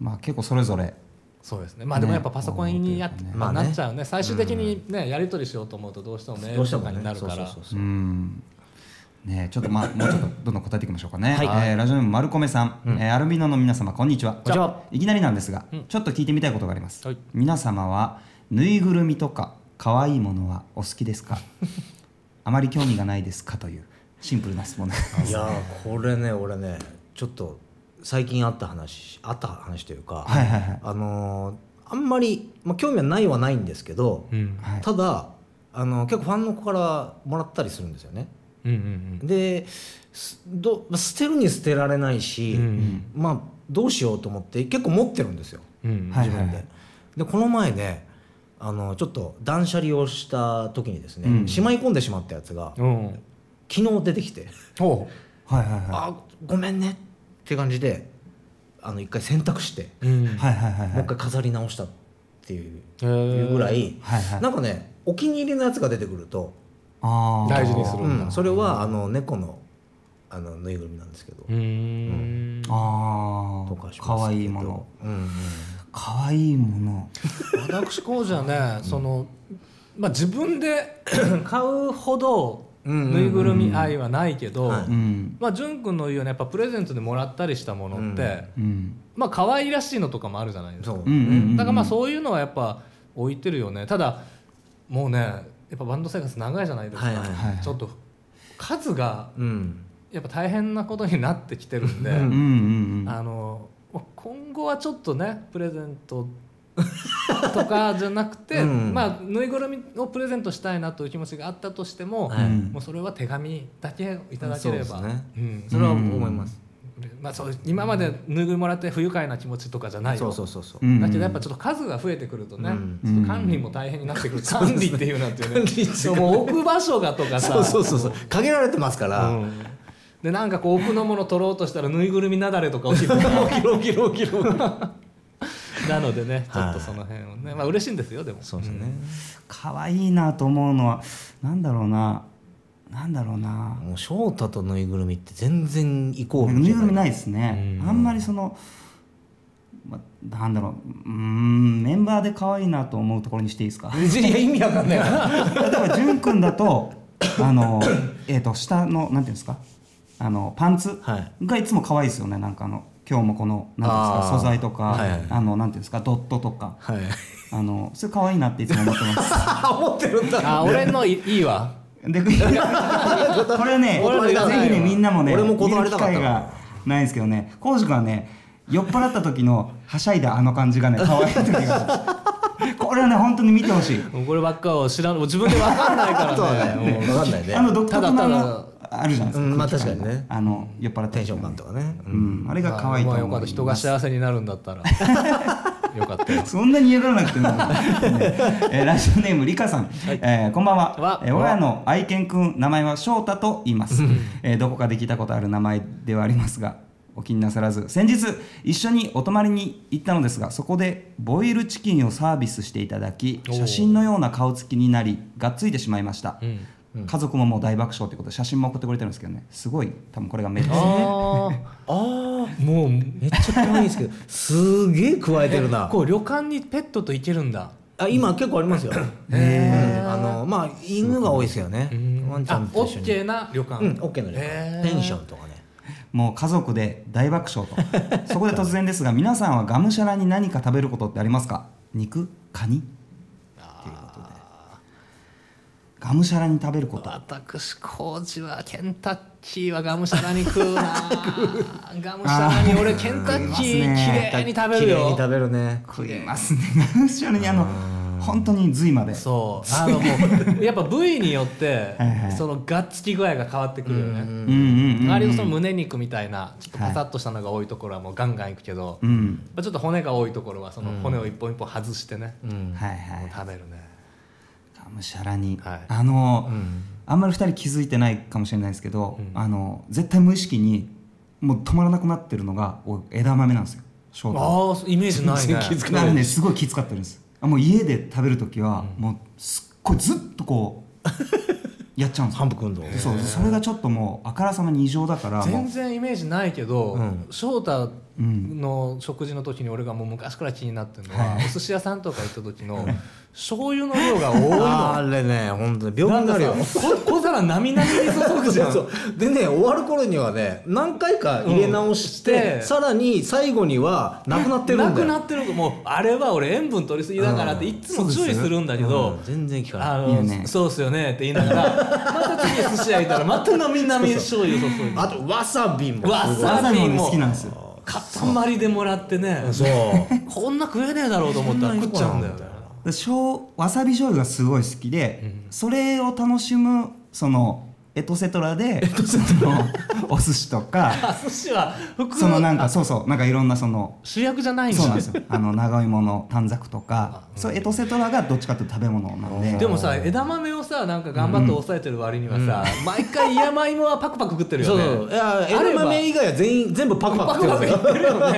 Speaker 1: まあ結構それぞれ
Speaker 2: そうですねまあでもやっぱパソコンにやっ、
Speaker 1: ね
Speaker 2: まあ
Speaker 3: まあね
Speaker 2: なっちゃうね最終的にね、やり取りしようと思うとどうしてもメー
Speaker 3: どう
Speaker 2: ル
Speaker 3: して
Speaker 2: と
Speaker 3: も
Speaker 2: か
Speaker 3: ね
Speaker 2: になるから、
Speaker 3: そうそうそう
Speaker 1: う
Speaker 3: そう、
Speaker 1: んねえちょっとまあもうちょっとどんどん答えていきましょうかね、
Speaker 3: はい
Speaker 1: えーラジオネーム丸米さん、えーアルミノの皆様こんにちは
Speaker 3: こんにちはい
Speaker 1: きなりなんですが、ちょっと聞いてみたいことがあります、
Speaker 2: はい
Speaker 1: 皆様はぬいぐるみとか可愛いものはお好き
Speaker 3: *laughs*
Speaker 1: ですかあまり興味がないですかというシンプルな質問です
Speaker 3: いやーこれね俺ねちょっと最近あった話あった話というか、
Speaker 1: はいはいはい
Speaker 3: あのーあんまり、まあ、興味はないはないんですけど、
Speaker 2: うん
Speaker 1: はい
Speaker 3: ただあの結構ファンの子からもらったりするんですよね。
Speaker 2: うんうん
Speaker 3: ですどまあ捨てるに捨てられないし、
Speaker 2: うん
Speaker 3: まあどうしようと思って結構持ってるんですよ
Speaker 2: うんうん
Speaker 1: はい
Speaker 3: 自分で。でこの前ねあのちょっと断捨離をした時にですね、
Speaker 1: うん
Speaker 3: しまい込んでしまったやつが
Speaker 2: うん
Speaker 3: 昨日出てきて
Speaker 2: ほ
Speaker 1: はいはい
Speaker 3: 「
Speaker 1: は
Speaker 3: あごめんね」って感じであの一回洗濯して、
Speaker 2: ううん
Speaker 1: いはいはいはい
Speaker 3: もう一回飾り直したっていう
Speaker 2: へー
Speaker 3: いうぐらい、
Speaker 1: はいはい
Speaker 3: なんかねお気に入りのやつが出てくると
Speaker 1: あー
Speaker 2: 大事にするんだ、
Speaker 3: うんそれはあの猫のあのぬいぐるみなんですけど、
Speaker 2: うーん
Speaker 1: あ
Speaker 3: とか
Speaker 1: あ
Speaker 3: しますけど
Speaker 1: 可愛いもの
Speaker 3: うんうん
Speaker 1: 可愛いもの
Speaker 2: 私こうじゃね、そのまあ自分で買うほど
Speaker 3: うん
Speaker 2: ぬいぐるみ愛はないけど、
Speaker 3: はい
Speaker 1: うん
Speaker 2: まあ潤くんの言うようにやっぱプレゼントでもらったりしたものって、
Speaker 1: うん
Speaker 2: まあ可愛らしいのとかもあるじゃないです
Speaker 3: そ
Speaker 2: か。
Speaker 3: う、
Speaker 1: うんうんうん
Speaker 2: だからまあそういうのはやっぱ置いてるよね。ただもうね、やっぱバンド生活長いじゃないですか。
Speaker 3: はいはいはい
Speaker 1: はい
Speaker 2: ちょっと数が
Speaker 3: うん
Speaker 2: やっぱ大変なことになってきてるんで、
Speaker 1: うんうんうん
Speaker 2: あの今後はちょっとねプレゼントとかじゃなくて、
Speaker 3: うん
Speaker 2: まあ、ぬいぐるみをプレゼントしたいなという気持ちがあったとしても、
Speaker 3: はい
Speaker 2: もうそれは手紙だけいただければ、
Speaker 3: そうですね
Speaker 2: うん
Speaker 3: それは思います、
Speaker 2: まあ、そう今までぬいぐるみもらって不愉快な気持ちとかじゃないよ
Speaker 3: そうそうそうそう、
Speaker 1: うん
Speaker 2: だけどやっぱちょっと数が増えてくるとね、
Speaker 3: うん
Speaker 2: ちょっと管理も大変になってくる、管理っていうなんていうね
Speaker 3: 管理っていうか
Speaker 2: そうもう置く場所がとかさ
Speaker 3: そうそうそうそう限られてますから、
Speaker 2: うんでなんかこう奥のもの取ろうとしたらぬいぐるみなだれとか起きる起きる起きる起きるなのでねちょっとその辺をねまあ嬉しいんですよでも
Speaker 3: そうですね、
Speaker 1: 可愛いなと思うのはなんだろうななんだろうな
Speaker 3: もう翔太とぬいぐるみって全然イコール
Speaker 1: ぬい
Speaker 3: じゃ
Speaker 1: ぐるみ
Speaker 3: ない
Speaker 1: ないですね
Speaker 2: うん
Speaker 1: あんまりその、ま、なんだろううーんメンバーで可愛いなと思うところにしていいです
Speaker 3: *laughs*
Speaker 1: か
Speaker 3: いや意味わかんないから
Speaker 1: 例えば潤くんだとあのえっと下のなんていうんですかあのパンツ
Speaker 3: はい
Speaker 1: がいつも可愛いですよねなんかあの今日もこのなんていうんですか
Speaker 3: あー
Speaker 1: 素材とか、
Speaker 3: はいはい
Speaker 1: あのなんていうんですかドットとか
Speaker 3: はい
Speaker 1: あのそれ可愛いなっていつも思ってます
Speaker 3: あ思ってるんだ
Speaker 2: あ俺のいいいわ
Speaker 1: でこれね
Speaker 2: 俺も
Speaker 1: ぜ
Speaker 2: 行かないわ
Speaker 1: ひねみんなもね
Speaker 3: 俺も断りたかった
Speaker 1: 見る機会がないんですけどね浩司君はね酔っ払った時のはしゃいだあの感じがね可愛い時があるこれはね本当に見てほしい
Speaker 2: もうこればっかを知らんもう自分で分かんないから
Speaker 3: あとはね
Speaker 2: ね
Speaker 3: もう分かんないね
Speaker 1: あの独特なあ
Speaker 2: ただ
Speaker 1: のあるじゃないですか、
Speaker 3: うんまあ
Speaker 1: 空気感
Speaker 3: 確かにね
Speaker 1: あの酔っ払った時の
Speaker 3: テンション感とかね、
Speaker 1: う
Speaker 3: うん
Speaker 1: んあれが可愛いと
Speaker 2: ま
Speaker 1: 思
Speaker 2: あよ
Speaker 1: い
Speaker 2: かっ
Speaker 1: ま
Speaker 2: た
Speaker 1: す
Speaker 2: 人が幸せになるんだ
Speaker 3: *laughs*
Speaker 2: ったらよかったよ
Speaker 1: そんなに嫌がらな
Speaker 2: *laughs*
Speaker 1: くても、ねえーラジオネームりかさん、えーこんばんは
Speaker 2: わ、
Speaker 1: えー我が家の愛犬くん名前は翔太と言います、えーどこかで聞いたことある名前ではありますがお気になさらず先日一緒にお泊まりに行ったのですがそこでボイルチキンをサービスしていただき
Speaker 2: おー
Speaker 1: 写真のような顔つきになりがっついてしまいました、
Speaker 2: うん
Speaker 1: 家族ももう大爆笑ということで写真も送ってくれてるんですけどねすごい多分これが目ですね
Speaker 2: あ
Speaker 3: あ
Speaker 2: あもう
Speaker 3: ーめっちゃ可愛いですけどすげえ加えてる *laughs* な
Speaker 2: こう旅館にペットと行けるんだ
Speaker 3: あ今結構ありますよ。ええあのまあ犬が多いですよね。ワンちゃん
Speaker 2: あ
Speaker 3: と
Speaker 2: オ
Speaker 3: 一緒
Speaker 2: ッ
Speaker 3: に。
Speaker 2: ケーな旅館
Speaker 3: うんオッケーの旅
Speaker 2: へ
Speaker 3: 館。
Speaker 2: ー
Speaker 3: ペンションとかね。
Speaker 1: もう家族で大爆笑と
Speaker 2: *laughs*
Speaker 1: そこで突然ですが皆さんはがむしゃらに何か食べることってありますか肉カニっていうことでがむしゃらに食べること
Speaker 2: 私コーチはケンタッキーはがむしゃらに食
Speaker 3: *laughs*
Speaker 2: うながむしゃらに俺ケンタッキー
Speaker 1: 食いますね
Speaker 2: きれいに食べる
Speaker 3: 綺麗
Speaker 2: よ
Speaker 3: に食べるね
Speaker 1: 食いますねがむしゃらにあの本当に髄まで
Speaker 2: そうあのもうやっぱ部位によって
Speaker 1: はいはい
Speaker 2: そのがっつき具合が変わってくるよね
Speaker 1: うんうんうんうん
Speaker 2: 周りのその胸肉みたいなちょっとパサッとしたのが多いところはもうガンガンいくけど、
Speaker 1: うん
Speaker 2: まあちょっと骨が多いところはその骨を一本一本外してね、
Speaker 3: うん
Speaker 1: はいは
Speaker 2: もう
Speaker 1: い
Speaker 2: 食べるね
Speaker 1: がむしゃらに、
Speaker 2: はい
Speaker 1: あの、
Speaker 3: うん
Speaker 1: あんまり2人気づいてないかもしれないですけど、
Speaker 2: うん
Speaker 1: あの絶対無意識にもう止まらなくなってるのがお枝豆なんですよ翔太
Speaker 2: ああイメージないね
Speaker 3: 全然気づか
Speaker 1: なんねすごい気遣ってるんですあもう家で食べる時は、もうすっごいずっとこ
Speaker 2: *laughs*
Speaker 1: うやっちゃうんですよ
Speaker 3: 反復運動
Speaker 1: そうそれがちょっともうあからさまに異常だからも
Speaker 2: 全
Speaker 1: う
Speaker 2: 然イメージないけど、
Speaker 3: うん
Speaker 2: 翔太
Speaker 1: うん
Speaker 2: の食事の時に俺がもう昔から気になってるの
Speaker 1: は
Speaker 2: は、お寿司屋さんとか行った時の醤油の量が多いの
Speaker 3: あれね本当に病気
Speaker 2: なん
Speaker 3: にな
Speaker 2: か
Speaker 3: る
Speaker 2: さ
Speaker 3: よ
Speaker 2: こ小皿なみなみに注ぐじゃん
Speaker 3: でね終わる頃にはね何回か入れ直して、
Speaker 2: うん
Speaker 3: さらに最後にはなくなってるんだよ
Speaker 2: なくなってるもうあれは俺塩分取りすぎだからっていつも注意するんだけど、
Speaker 3: うん全然効かない
Speaker 2: あ
Speaker 1: いい
Speaker 2: の
Speaker 1: よね
Speaker 2: そうっすよねって言いながらまた次寿司屋行ったらまたなみなみ醤油注いで
Speaker 3: あとわさびも
Speaker 2: わ
Speaker 3: すごい
Speaker 1: わ
Speaker 2: さ
Speaker 1: ざ
Speaker 2: び
Speaker 1: の
Speaker 2: も
Speaker 1: 好きなんですよ
Speaker 2: 塊でもらってね
Speaker 3: そう
Speaker 2: こんな食えねえだろうと思ったら食っちゃうんだよね
Speaker 1: でしょうわさび醤油がすごい好きで、それを楽しむそのエトセトラでそのお寿司とか
Speaker 2: あ寿司は服
Speaker 1: そのなん
Speaker 2: あ
Speaker 1: かそうそうなんかいろんなその
Speaker 2: 主役じゃないんだ
Speaker 1: そうなんですよあの長芋の短冊とかそうエトセトラがどっちかっていうと食べ物なんで
Speaker 2: でもさ枝豆をさなんか頑張って抑えてる割にはさ、毎回山芋はパクパク食ってる
Speaker 3: そ
Speaker 2: よ
Speaker 3: う
Speaker 2: ね
Speaker 3: そういや
Speaker 2: あれ
Speaker 3: 枝
Speaker 2: ば
Speaker 3: 豆以外は全員全部パクパク食ってるんですよ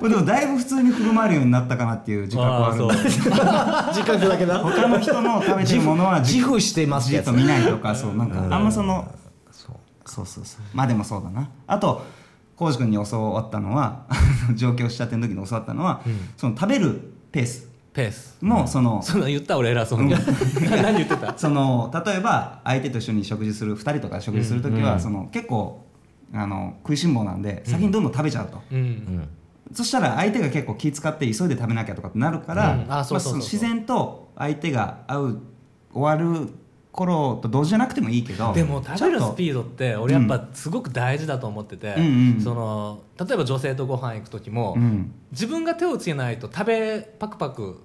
Speaker 1: でもだいぶ普通に振る舞えるようになったかなっていう自覚はあるんで
Speaker 2: あーそう
Speaker 3: 自覚だけだ
Speaker 1: 他の人の食べてるものは
Speaker 3: *laughs* 自
Speaker 1: じ
Speaker 3: 負してますって
Speaker 1: じ
Speaker 3: や
Speaker 1: っ
Speaker 3: つ
Speaker 1: と見ないとかそうなんかあんまその
Speaker 3: そう
Speaker 1: そうそうそうまあでもそうだなあと浩司君に教わったのは *laughs* あの上京したての時に教わったのは、その食べるペース
Speaker 2: ペース
Speaker 1: もその、
Speaker 2: そんなん言った俺偉そうに何言ってた
Speaker 1: その例えば相手と一緒に食事する2人とか食事する時は、その結構あの食いしん坊なんで先にどんどん食べちゃうと、
Speaker 2: うん
Speaker 1: そしたら相手が結構気使って急いで食べなきゃとかってなるから、
Speaker 2: うんあ
Speaker 1: まあ
Speaker 2: そ
Speaker 1: そう
Speaker 2: そうそうそう
Speaker 1: の自然と相手が会う終わる頃と同時じゃなくてもいいけど
Speaker 2: でも食べる
Speaker 1: ちょ
Speaker 2: ス
Speaker 1: っと
Speaker 2: ピードって俺やっぱすごく大事だと思ってて、
Speaker 1: うんうん
Speaker 2: その例えば女性とご飯行く時も、
Speaker 1: うん
Speaker 2: 自分が手をつけないと食べパクパク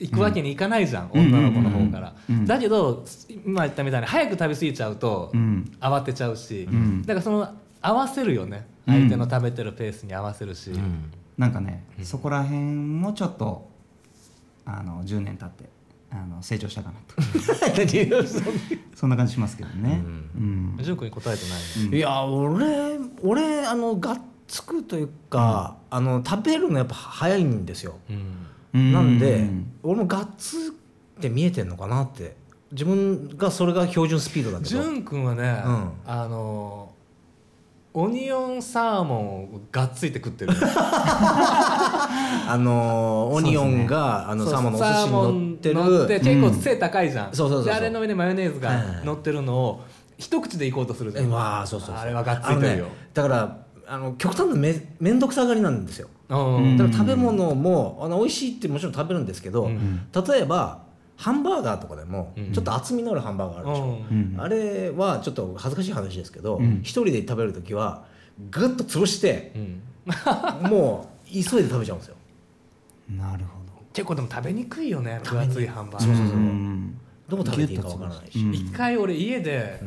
Speaker 2: 行くわけにいかないじゃん、
Speaker 1: うん
Speaker 2: 女の子の方から、
Speaker 1: うんうんうんうん
Speaker 2: だけど今言ったみたいに早く食べ過ぎちゃうと、
Speaker 1: うん
Speaker 2: 慌てちゃうし、
Speaker 1: ん
Speaker 2: だからその合わせるよね
Speaker 1: うん
Speaker 2: 相手の食べてるペースに合わせるし、
Speaker 1: なんかね、そこら辺もちょっとあの10年経ってあの成長したかなとそんな感じしますけどね、うん
Speaker 2: ジュン君に答えてないね
Speaker 3: いや俺俺あのがっつくというか、あの食べるのやっぱ早いんですよ、
Speaker 2: うん
Speaker 3: なんで、
Speaker 1: うん
Speaker 3: 俺もガッツって見えてんのかなって自分がそれが標準スピードだけ
Speaker 2: ジ
Speaker 3: ど
Speaker 2: ュン君はね、
Speaker 3: うん
Speaker 2: あのオニオンサーモンをがっついて食ってる
Speaker 3: あのーオニオンが、あの
Speaker 2: そう
Speaker 3: サーモンのお寿
Speaker 2: サーモ
Speaker 3: 司に乗
Speaker 2: ン
Speaker 3: ってる
Speaker 2: 乗って結
Speaker 1: う
Speaker 2: 構
Speaker 1: ん
Speaker 2: 背高いじゃん、
Speaker 3: そうそうそうそう
Speaker 2: であれの上にマヨネーズ
Speaker 3: はいは
Speaker 2: が
Speaker 3: い
Speaker 2: 乗ってるのを一口でいこうとするじゃ
Speaker 3: え
Speaker 2: ん、
Speaker 3: わあそうそうそう
Speaker 2: あれはがっついてるよ
Speaker 3: あのねだからあの極端なめ面倒くさがりなんですよ
Speaker 2: うん
Speaker 1: うん
Speaker 3: だから食べ物もあの美味しいってもちろん食べるんですけど、
Speaker 2: うん
Speaker 3: 例えばハンバーガーとかでも、
Speaker 2: うん
Speaker 3: ちょっと厚みのあるハンバーガーあるでしょ、
Speaker 2: うん
Speaker 1: うん
Speaker 3: あれはちょっと恥ずかしい話ですけど、
Speaker 1: うん
Speaker 3: 一人で食べる時はぐっと潰して
Speaker 2: うん
Speaker 3: もう急いで食べちゃうんですよ
Speaker 1: なるほど
Speaker 2: 結構でも食べにくいよね分厚いハンバー
Speaker 3: そう
Speaker 2: ガ
Speaker 3: そ
Speaker 2: ー
Speaker 3: うそう
Speaker 1: うん
Speaker 3: どこ食べていいかわからないし、
Speaker 1: うん
Speaker 2: 一回俺家で、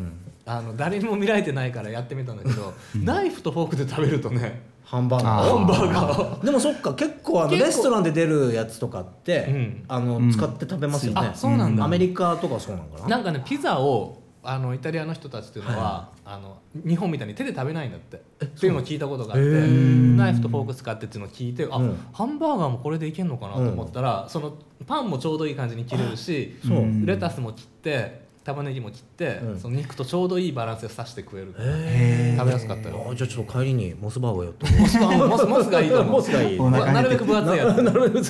Speaker 2: あの誰にも見られてないからやってみたんだけど、ナイフとフォークで食べるとね
Speaker 3: ハンバー
Speaker 1: あ
Speaker 3: ガ
Speaker 1: ー
Speaker 3: ー
Speaker 2: ハンバーガーを
Speaker 3: *laughs* でもそっか結構あの
Speaker 2: 結構
Speaker 3: レストランで出るやつとかって、
Speaker 2: うん
Speaker 3: あの
Speaker 1: うん
Speaker 3: 使って食べますよね、
Speaker 2: あそうなんだ
Speaker 3: アメリカとかそうなんかな
Speaker 2: なんかねピザをあのイタリアの人たちっていうのは、あの日本みたいに手で食べないんだってっていうのを聞いたことがあって
Speaker 3: へー
Speaker 2: ナイフとフォーク使ってっていうのを聞いてあ、
Speaker 3: うん
Speaker 2: ハンバーガーもこれでいけるのかなと思ったら、そのパンもちょうどいい感じに切れるし
Speaker 3: そう、
Speaker 1: うん
Speaker 2: レタスも切って玉ねぎも切って、
Speaker 3: うん
Speaker 2: その肉とちょうどいいバランスで刺して食える、
Speaker 3: へー
Speaker 2: 食べやすかったよ
Speaker 3: あーじゃあちょっと帰りにモスバーガーよって
Speaker 2: モスモスモスがいいと思う
Speaker 3: モスがいい
Speaker 1: お腹に
Speaker 2: *laughs* なるべく分厚いやつ
Speaker 3: なるほど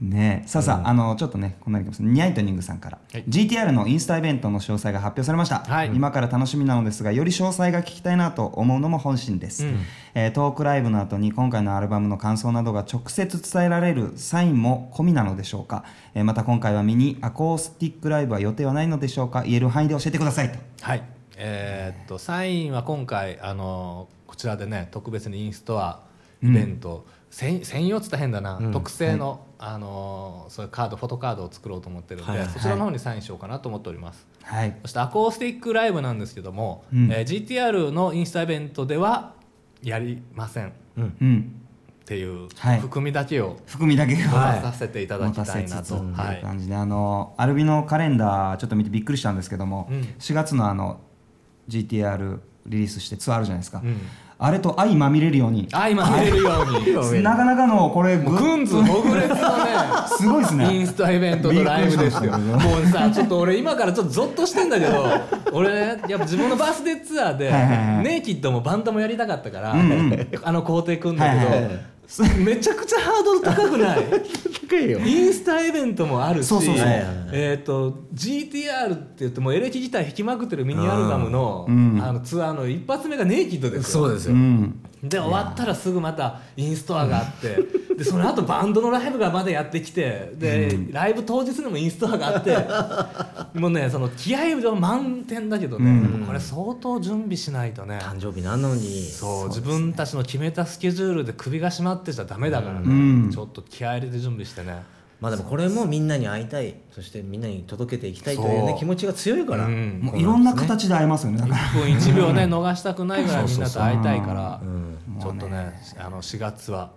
Speaker 1: ねえさあさあ、あのちょっとねこんなにかもしれないニャイトニングさんから、GTR のインスタイベントの詳細が発表されました、
Speaker 2: はい
Speaker 1: 今から楽しみなのですがより詳細が聞きたいなと思うのも本心です、えートークライブの後に今回のアルバムの感想などが直接伝えられるサインも込みなのでしょうか、えーまた今回はミニアコースティックライブは予定はないのでしょうか言える範囲で教えてくださいと
Speaker 2: はい。えーっとサインは今回あのこちらでね特別にインストアイベント、専専用っつったら変だな、
Speaker 3: うん
Speaker 2: 特製の、あのそういうカードフォトカードを作ろうと思ってるんで、
Speaker 3: はいはい
Speaker 2: そちらの方にサインしようかなと思っております。
Speaker 1: はい
Speaker 2: そしてアコースティックライブなんですけども、
Speaker 1: うん
Speaker 2: えー GTR のインスタイベントではやりませんっ
Speaker 3: うん
Speaker 1: うん
Speaker 2: ていう
Speaker 1: はい
Speaker 2: 含みだけを
Speaker 1: 含みだけが
Speaker 2: 持たせていただ
Speaker 1: 持
Speaker 2: き
Speaker 1: た
Speaker 2: た
Speaker 1: せ
Speaker 2: い
Speaker 1: つ
Speaker 2: な
Speaker 1: つ
Speaker 2: と。
Speaker 1: と
Speaker 2: はいいう
Speaker 1: 感じであのアルビのカレンダーちょっと見てびっくりしたんですけども、
Speaker 2: うん
Speaker 1: 4月のあの GTR リリースしてツアーあるじゃないですか、
Speaker 2: うん
Speaker 1: あれと相まみれるように
Speaker 2: あ今見れるように
Speaker 1: なかなかのこれ
Speaker 2: も
Speaker 1: ぐ
Speaker 2: うグンズほぐれつのね
Speaker 1: すごいです
Speaker 2: イン
Speaker 1: ね
Speaker 2: スタイベントとライブです
Speaker 1: びっ
Speaker 2: よ
Speaker 1: くりし
Speaker 2: も
Speaker 1: ま
Speaker 2: うさちょっと俺今からちょっとゾッとしてんだけ
Speaker 1: *laughs*
Speaker 2: ど俺ねやっぱ自分のバースデーツアーで
Speaker 1: はいはいはい
Speaker 2: ネイキッドもバンドもやりたかったから、
Speaker 1: うんうん
Speaker 2: あの工程組んだけど、
Speaker 1: はいはいは
Speaker 2: めちゃくちゃハードル高く
Speaker 1: *laughs*
Speaker 2: ない
Speaker 3: 高いよ
Speaker 2: インスタイベントもあるし
Speaker 1: そうそうそう
Speaker 2: えー、と GTR って言ってもうエレキ自体弾きまくってるミニアルバムの,、
Speaker 1: うん
Speaker 2: あのツアーの一発目がネイキッドですよ
Speaker 3: そうです
Speaker 1: う
Speaker 3: よ、
Speaker 1: ん
Speaker 2: で終わったらすぐまたインストアがあってでその後バンドのライブがまだやってきてで、ライブ当日にもインストアがあってもうねその気合は満点だけどね、
Speaker 1: うん
Speaker 2: でもこれ相当準備しないとね
Speaker 3: 誕生日なのに
Speaker 2: そう自分たちの決めたスケジュールで首が締まってちゃダメだからね、
Speaker 1: うん
Speaker 2: ちょっと気合入れて準備してね。
Speaker 3: まあでもこれもみんなに会いたいそしてみんなに届けていきたいという
Speaker 2: そ
Speaker 3: ね
Speaker 2: う
Speaker 3: 気持ちが強いから、
Speaker 2: うん
Speaker 1: もういろんな
Speaker 3: こうですね
Speaker 1: 形で会えますよねだから
Speaker 2: 1分1秒ね逃したくないぐらいみんなと会いたいから
Speaker 3: うん
Speaker 2: ちょっとねあの4月は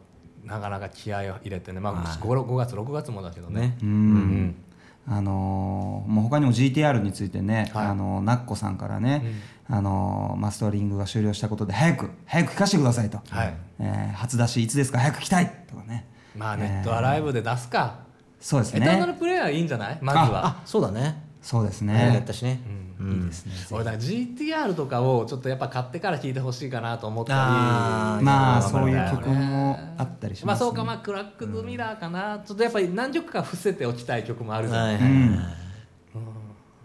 Speaker 2: なかなか気合を入れてね、まあ、5, 月6月もだけどね
Speaker 3: ね
Speaker 1: うん
Speaker 2: うん
Speaker 1: あのーもう他にも GTR についてね、
Speaker 2: はい
Speaker 1: あのーなっこさんからね、あのーマスタリングが終了したことで早く早く聞かせてくださいと、
Speaker 2: はい
Speaker 1: えー初出しいつですか早く来たいとかね
Speaker 2: まあネットアライブで出すか、
Speaker 1: そうです
Speaker 2: エターナ
Speaker 1: ね
Speaker 2: ルプレイヤーいいんじゃないまずは
Speaker 3: あそうだね
Speaker 1: そうです
Speaker 3: 早くやっ
Speaker 1: ね
Speaker 3: たしね、うん
Speaker 1: いいですね
Speaker 2: 俺だから GTR とかをちょっとやっぱ買ってから聴いてほしいかなと思ったり
Speaker 3: あー
Speaker 1: まあ
Speaker 3: いや
Speaker 1: そういう
Speaker 3: わか
Speaker 1: 曲
Speaker 3: る
Speaker 1: もあったりし
Speaker 2: ま
Speaker 1: ま
Speaker 2: あ
Speaker 1: す
Speaker 2: そうかまあクラック・ドゥ・ミラーかな、ちょっとやっぱり何曲か伏せておきたい曲もあるじゃん、
Speaker 3: はいはい
Speaker 1: うん
Speaker 3: はい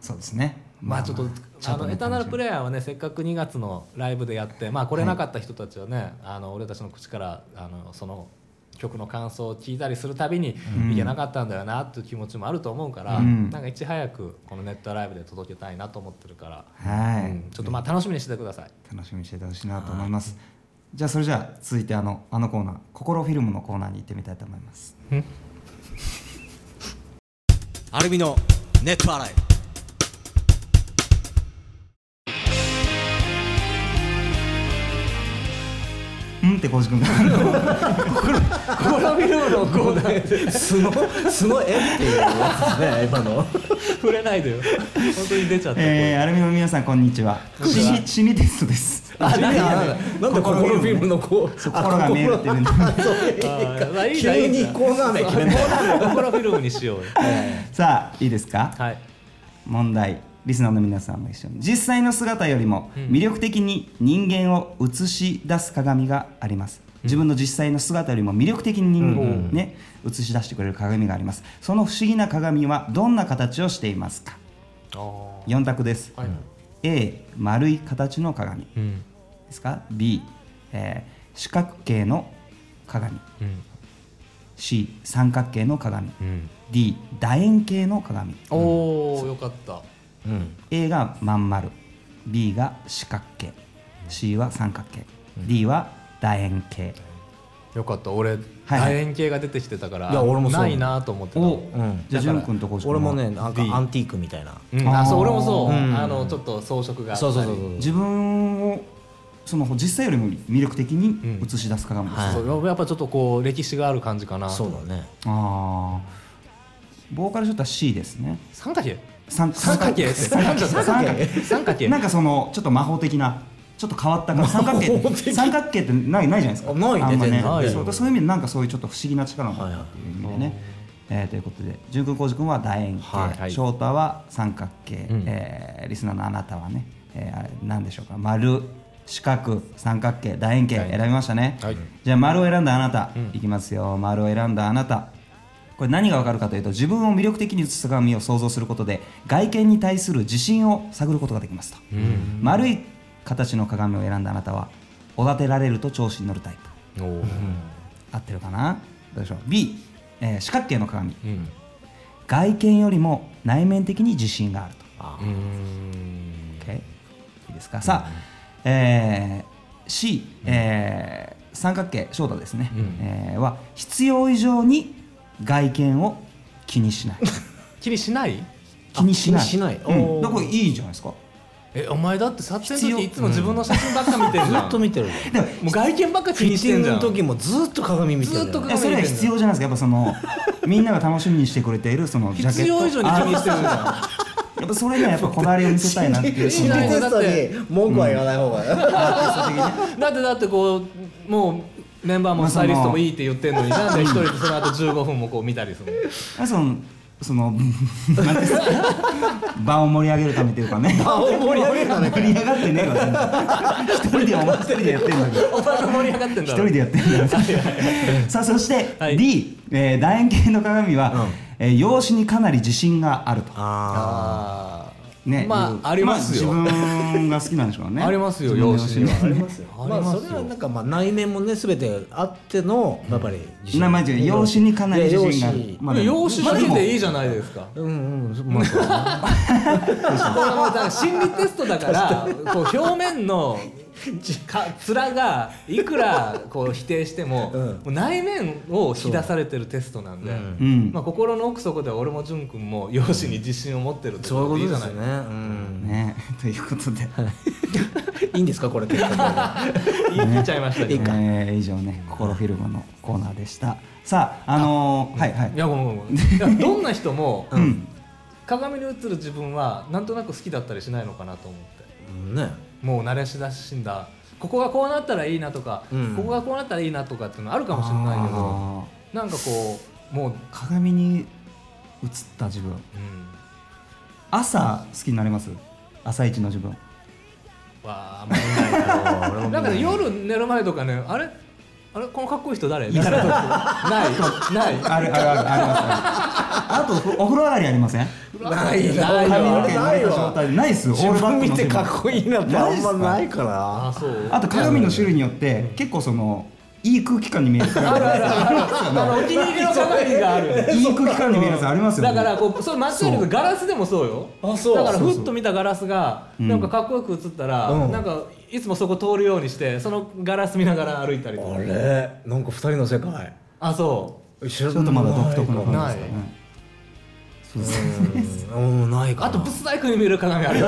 Speaker 1: そうですね
Speaker 2: まあちょっと、あのエターナルプ
Speaker 1: レ
Speaker 2: レイヤーはねせっかく2月のライブでやって、まあ、これなかった人たちはね、あの俺たちの口からあのその曲の感想を聞いたりするたびに、いけなかったんだよなっていう気持ちもあると思うから、
Speaker 1: うん
Speaker 2: なんかいち早くこのネットライブで届けたいなと思ってるから、
Speaker 1: はい、
Speaker 2: うんちょっとまあ楽しみにしててください。
Speaker 1: 楽しみにしててほしいなと思いますじゃあそれじゃあ続いてあのあのコーナー「心フィルム」のコーナーに行ってみたいと思います
Speaker 4: アルミのネットアライブ
Speaker 1: うんって浩司君があの
Speaker 2: コラビルムのコーナーで
Speaker 3: すごすごいえっていうやつですね今の
Speaker 2: 触れないでよ本当に出ちゃった、
Speaker 1: えー、アルミの皆さんこんにちは死に死にテストです
Speaker 3: あなんでなんで
Speaker 1: 心
Speaker 3: 心
Speaker 1: フ
Speaker 3: フ
Speaker 1: ィルムね
Speaker 3: ィルムのこう
Speaker 1: 心が見えるっていうね *laughs*
Speaker 2: あー
Speaker 3: 急にコーナー名決めんだよ
Speaker 2: コラビルムにしようよ
Speaker 1: さあいいですか
Speaker 2: はい
Speaker 1: 問題リスナーの皆さんも一緒に実際の姿よりも魅力的に人間を映し出す鏡があります、自分の実際の姿よりも魅力的に人間を、ね映し出してくれる鏡がありますその不思議な鏡はどんな形をしていますか
Speaker 2: あー
Speaker 1: 4択です、
Speaker 2: はい
Speaker 1: A 丸い形の鏡
Speaker 2: うん
Speaker 1: ですか B、えー四角形の鏡
Speaker 2: うん
Speaker 1: C 三角形の鏡
Speaker 2: うん
Speaker 1: D 楕円形の鏡
Speaker 2: おお、よかった。
Speaker 3: うん、
Speaker 1: A がまん丸 B が四角形 C は三角形、D は楕円形
Speaker 2: よかった。俺、
Speaker 1: はい
Speaker 2: 楕円形が出てきてたから、
Speaker 3: いや俺もそう
Speaker 2: ないなと思ってた。
Speaker 3: うん、
Speaker 1: じゃあ潤君と浩司君は
Speaker 3: 俺もねなんか
Speaker 2: B
Speaker 3: アンティークみたいな
Speaker 2: うんあ、そう、
Speaker 1: あー
Speaker 2: 俺もそう。
Speaker 3: うん
Speaker 2: あの、ちょっと装飾があったり。
Speaker 3: そうそうそうそう
Speaker 1: 自分をその実際よりも魅力的に映し出す鏡です、
Speaker 3: うんはい
Speaker 2: そうやっぱちょっとこう歴史がある感じかな。
Speaker 3: そうだね
Speaker 1: ああボーカルショットは C ですね
Speaker 2: 三角形。
Speaker 1: 三
Speaker 2: 三角形って。
Speaker 1: 三角形
Speaker 2: 三角形。三角形。
Speaker 1: なんかそのちょっと魔法的なちょっと変わった感じ三角
Speaker 3: 魔法
Speaker 1: 形
Speaker 3: 的
Speaker 1: 三角形ってないないじゃないですか
Speaker 3: あないね
Speaker 1: あんま
Speaker 3: 全然ない
Speaker 1: そうそういう意味でなんかそういうちょっと不思議な力を持っ
Speaker 3: はい
Speaker 1: た
Speaker 3: はい
Speaker 1: っていう意味でね、えーということで潤君浩司君は楕円形、
Speaker 3: はいはい
Speaker 1: 翔太は三角形、
Speaker 2: ん
Speaker 1: えーリスナーのあなたはね、えー、あれ何でしょうか丸四角三角形楕円形選びましたね、
Speaker 2: はい
Speaker 1: じゃあ丸を選んだあなた、いきますよ丸を選んだあなたここれ何がわかるかというと自分を魅力的に映す鏡を想像することで外見に対する自信を探ることができますと、丸い形の鏡を選んだあなたはおだてられると調子に乗るタイプ
Speaker 2: おお、
Speaker 1: 合ってるかなどうでしょう B、えー四角形の鏡
Speaker 2: うん
Speaker 1: 外見よりも内面的に自信があると
Speaker 2: うーん
Speaker 1: OK いいですかさあ、えー C、えー三角形翔太ですね、
Speaker 2: うん
Speaker 1: えーは必要以上に外見を気にしない
Speaker 2: 気にしない
Speaker 1: 気にしない
Speaker 3: 気にしない
Speaker 1: うん、
Speaker 3: おー
Speaker 1: だからこれいいじゃないですか
Speaker 2: えお前だって撮影の
Speaker 1: 必要
Speaker 2: 時いつも自分の写真ばっか見てるじ
Speaker 3: ず
Speaker 2: ゃ
Speaker 3: っ
Speaker 2: ん
Speaker 3: と
Speaker 2: も
Speaker 3: 見てるよ
Speaker 1: でも
Speaker 2: う外見ばっか
Speaker 3: フ
Speaker 2: 気
Speaker 3: ィ
Speaker 2: に
Speaker 3: ッ
Speaker 2: し
Speaker 3: ティ
Speaker 2: て
Speaker 3: ン
Speaker 2: んじ
Speaker 3: グ
Speaker 2: ゃん
Speaker 3: の時もずっと鏡見てるよ
Speaker 2: ずっと
Speaker 1: い
Speaker 2: 鏡
Speaker 1: やそれは必要じゃないですかやっぱそのみんなが楽しみにしてくれているそのジャケット
Speaker 2: 必要以上に気にしてるじゃん
Speaker 1: やっぱそれにはやっぱこだわりを見せたいなっていう
Speaker 2: し
Speaker 1: そ
Speaker 2: な
Speaker 1: の
Speaker 2: い
Speaker 1: アーテ
Speaker 2: テスト
Speaker 3: に文句は言わない方が
Speaker 1: ィスト的にね
Speaker 2: だってだってこうもうメンバーもスタイリストもいいって言ってんのになんで一人でその後15分もこう見たりする
Speaker 1: あそのそのなんですか場を盛り上げるためというかね
Speaker 3: 青森上げたね
Speaker 1: 盛り上がってねえわ全然一人でお前一人でやってんだけど
Speaker 2: のお前が盛り上がってん
Speaker 1: 一
Speaker 2: だ
Speaker 1: 人
Speaker 2: ろ
Speaker 1: でやってんだよさあそして、
Speaker 2: はい
Speaker 1: D、えー楕円形の鏡は、
Speaker 3: うん
Speaker 1: えー容姿にかなり自信があると
Speaker 3: あ
Speaker 2: あー
Speaker 1: ね
Speaker 2: まあありますよ、
Speaker 1: あ自分が好きなんでしょうね
Speaker 2: *laughs* ありますよ
Speaker 1: 自分の
Speaker 2: 容姿
Speaker 3: ああ
Speaker 2: に
Speaker 3: りますよ
Speaker 2: あり
Speaker 3: ま
Speaker 2: ますよ
Speaker 3: あそれはなんかまあ内面もね全てあってのやっぱり自信
Speaker 1: 名前じゃない容姿にかなり自信があ
Speaker 3: いや容
Speaker 1: る
Speaker 3: 姿
Speaker 1: まあでも
Speaker 2: 容姿だ
Speaker 1: まあ
Speaker 2: け
Speaker 1: でも
Speaker 2: でいいじゃないですか、
Speaker 3: うんうんまあそうだな
Speaker 2: これもだから心理テストだからこう表面のか面がいくらこう否定しても,、
Speaker 3: うん
Speaker 2: もう内面を引き出されてるテストなんで、
Speaker 3: うん
Speaker 1: うん
Speaker 2: まあ、心の奥底では俺も淳君も容姿に自信を持ってるって
Speaker 3: そういう
Speaker 2: こ
Speaker 3: ことと
Speaker 2: でいいじ
Speaker 3: で
Speaker 2: ゃない
Speaker 3: す
Speaker 2: ですか
Speaker 3: よねうん
Speaker 1: ね *laughs* ということ
Speaker 2: *laughs*
Speaker 1: で、
Speaker 3: いいんですかこれ結果
Speaker 2: 言い切っちゃいましたけど。い
Speaker 1: えー以上ね「心フィルム」のコーナーでしたさああのーはいはい
Speaker 2: やごめ
Speaker 1: *laughs*
Speaker 2: んごめんごめんいやどんな人も
Speaker 1: うん、
Speaker 2: 鏡に映る自分はなんとなく好きだったりしないのかなと思って
Speaker 3: でね
Speaker 2: もう慣れ親しんだここがこうなったらいいなとか、
Speaker 3: うん
Speaker 2: ここがこうなったらいいなとかっていうのあるかもしれないけど
Speaker 1: あ
Speaker 2: なんかこうもう、
Speaker 1: ー鏡に映った自分
Speaker 2: うん、
Speaker 1: 朝好きになります朝一の自分
Speaker 2: はあんまりないな
Speaker 3: 俺も
Speaker 2: なんかね夜寝る前とかねあれあれこのかっこいい人誰みたいなないない
Speaker 1: あるあるあるありますあるあとお風呂上がりありません
Speaker 3: ないな
Speaker 2: ない
Speaker 1: 髪の
Speaker 2: わ
Speaker 1: 毛濡れた状態でないっすよオ
Speaker 3: 自
Speaker 1: ールバッ
Speaker 3: 分
Speaker 1: ク
Speaker 3: 見
Speaker 1: の
Speaker 3: て
Speaker 1: 自
Speaker 3: かっこいいなってあんまないか
Speaker 2: あ
Speaker 3: ら
Speaker 2: そう
Speaker 1: あと鏡の種類によって結構そのいい空気感に見える鏡がある *laughs*
Speaker 2: あのお気に入りの鏡がある
Speaker 1: いい空気感に見えるやつありますよ
Speaker 2: だ
Speaker 1: ね
Speaker 2: からこうそう間違える
Speaker 1: そ
Speaker 2: と
Speaker 1: う
Speaker 2: ガラスでもそうよ
Speaker 3: あそう
Speaker 2: だからふっと見たガラスが
Speaker 1: うん
Speaker 2: なんかかっこよく映ったら、
Speaker 3: うん
Speaker 2: なんかいつもそこ通るようにしてそのガラス見ながら歩いたりとか
Speaker 3: あれなんか二人の世界
Speaker 2: あそ
Speaker 3: ち
Speaker 1: ちょっとまだ独特な
Speaker 2: な
Speaker 1: 感じですかね
Speaker 3: うんうんない
Speaker 2: う
Speaker 3: かな
Speaker 2: あとブス大工に見える鏡あるよ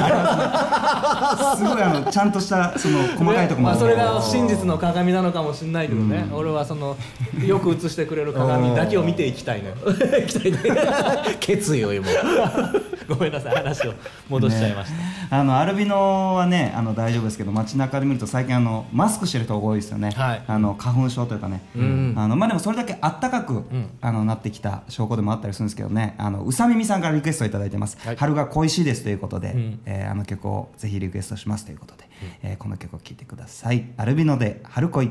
Speaker 1: すごいあのちゃんとしたその細かいとこま
Speaker 2: まあ、
Speaker 1: で
Speaker 2: それが真実の鏡なのかもしれないけどね、俺はそのよく映してくれる鏡だけを見ていきたいね
Speaker 3: 期待ね *laughs* 決意を今
Speaker 2: ごめんなさい話を戻しちゃいました、
Speaker 1: ねあのアルビノはねあの大丈夫ですけど街中で見ると最近あのマスクしてる人が多いですよね、
Speaker 2: はい
Speaker 1: あの花粉症というかね、
Speaker 3: ん
Speaker 1: あのまあ、でもそれだけあったかく、
Speaker 2: ん
Speaker 1: あのなってきた証拠でもあったりするんですけどねあのうさみみさんからリクエストいただいてます「
Speaker 2: はい
Speaker 1: 春が恋しいです」ということで、
Speaker 2: うん
Speaker 1: えーあの曲をぜひリクエストしますということで、えーこの曲を聴いてください。アルビノで春恋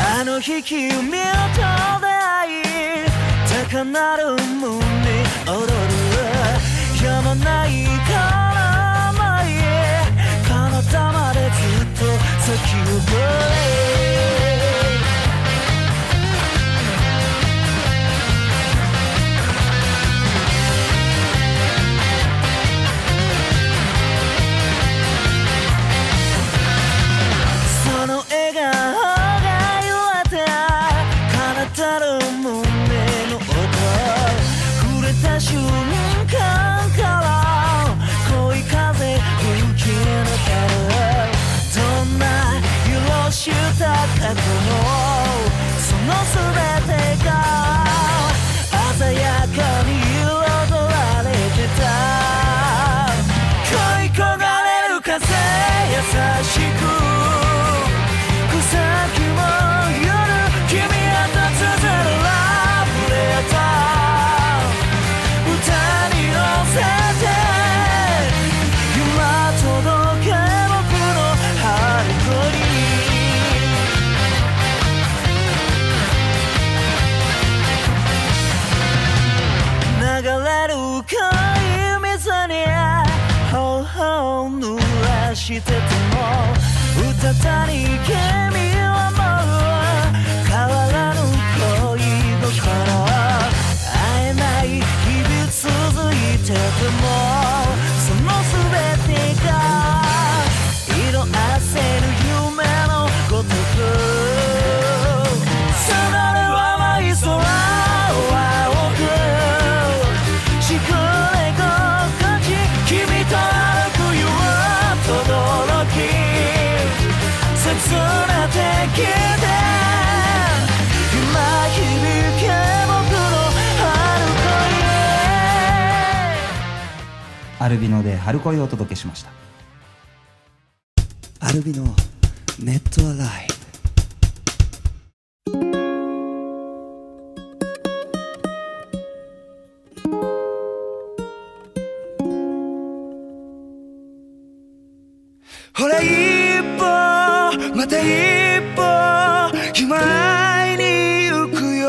Speaker 5: あの日君を灯台高鳴る胸に踊るやまないから前へ彼方までずっと先をれその笑顔が揺れた体の胸の音触れた瞬間から濃い風吹き抜けるどんな色した過去もその全てが鮮やかに彩られてた恋焦がれる
Speaker 4: しく草木も夜君は夏空ラブレター歌に乗せて今届け僕の春子に流れる恋水に頬を濡らしててもうたたに君はもう変わらぬ恋心会えない日々続いててもその全てが色あせる夢のごとく空る甘い空は青く「しくれ心地」「君と歩くよは轟き」「切な敵で今響け僕の春恋」
Speaker 1: アルビノで春恋をお届けしました
Speaker 6: アルビのネットアライ
Speaker 4: ほら一歩また一歩前に行くよ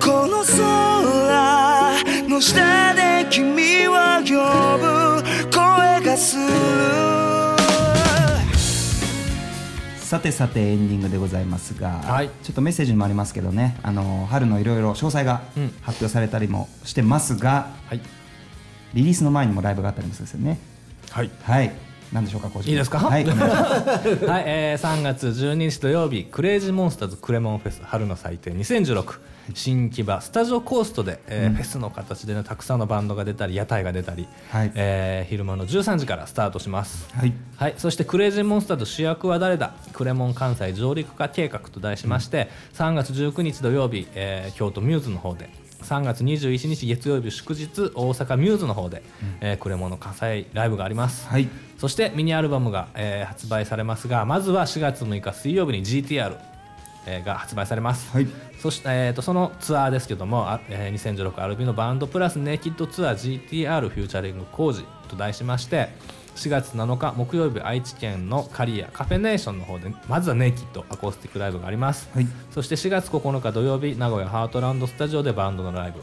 Speaker 4: この空の下で君は呼ぶ声がする
Speaker 1: さてさてエンディングでございますが、
Speaker 2: はい
Speaker 1: ちょっとメッセージにもありますけどねあの春のいろいろ詳細が
Speaker 2: うん
Speaker 1: 発表されたりもしてますが、
Speaker 2: はい
Speaker 1: リリースの前にもライブがあったりもするんですよね
Speaker 2: はい
Speaker 1: はい何でしょうかい
Speaker 2: いいですか *laughs*
Speaker 1: はいお願いします
Speaker 2: はい、えー、3月12日土曜日クレイジーモンスターズクレモンフェス春の祭典2016新木場スタジオコーストで、えーフェスの形で、ね、たくさんのバンドが出たり屋台が出たり、
Speaker 1: はい
Speaker 2: えー昼間の13時からスタートします
Speaker 1: はい
Speaker 2: はい、そしてクレイジーモンスターと主役は誰だクレモン関西上陸化計画と題しまして、3月19日土曜日、えー京都ミューズの方で3月21日月曜日祝日大阪ミューズの方で、えークレモンの火災ライブがあります、
Speaker 1: はい
Speaker 2: そしてミニアルバムが、えー発売されますがまずは4月6日水曜日に GTR、えーが発売されます、
Speaker 1: はい
Speaker 2: そして、えー、とそのツアーですけども、あえー、2016アルビのバンドプラスネイキッドツアー GTR フューチャリング工事と題しまして4月7日木曜日愛知県のカリアカフェネーションの方でまずはネイキッドアコースティックライブがあります、
Speaker 1: はい
Speaker 2: そして4月9日土曜日名古屋ハートランドスタジオでバンドのライブ、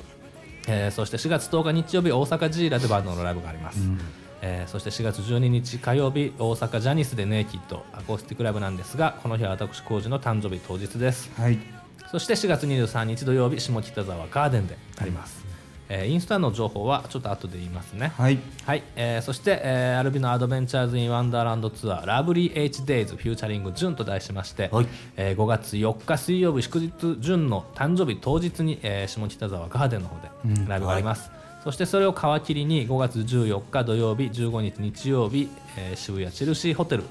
Speaker 2: えーそして4月10日日曜日大阪ジーラでバンドのライブがあります、えーそして4月12日火曜日大阪ジャニスでネイキッドアコースティックライブなんですがこの日は私工事の誕生日当日です
Speaker 1: はい
Speaker 2: そして4月23日土曜日下北沢ガーデンであります、えーインスタの情報はちょっと後で言いますね
Speaker 1: はい
Speaker 2: はい、えーそして、えーアルビのアドベンチャーズ・イン・ワンダーランドツアー「ラブリー・エイチ・デイズ・フューチャリング・ジュン」と題しまして、
Speaker 7: はい
Speaker 2: えー5月4日水曜日祝日ジュンの誕生日当日に、えー下北沢ガーデンの方でライブがあります、そしてそれを皮切りに5月14日土曜日15日日曜日、えー渋谷チェルシーホテル、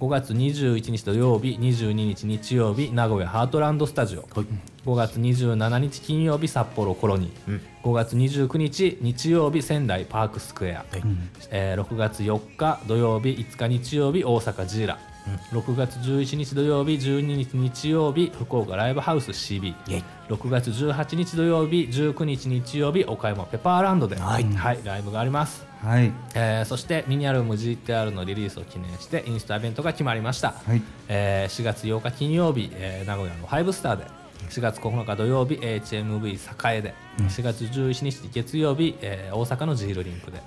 Speaker 2: 5月21日土曜日22日日曜日名古屋ハートランドスタジオ、5月27日金曜日札幌コロニー、5月29日日曜日仙台パークスクエア、えー6月4日土曜日5日日曜日大阪ジーラ、6月11日土曜日12日日曜日福岡ライブハウス CB
Speaker 7: イェイ
Speaker 2: 6月18日土曜日19日日曜日岡山ペパーランドで、
Speaker 7: はい
Speaker 2: はい、ライブがあります
Speaker 1: はい
Speaker 2: えーそしてミニアルバム GTR のリリースを記念してインスタイベントが決まりました、
Speaker 1: い
Speaker 2: えー4月8日金曜日、えー名古屋のファイブスターで4月9日土曜日 HMV 栄で、4月11日月曜日、えー大阪のジールリンクで、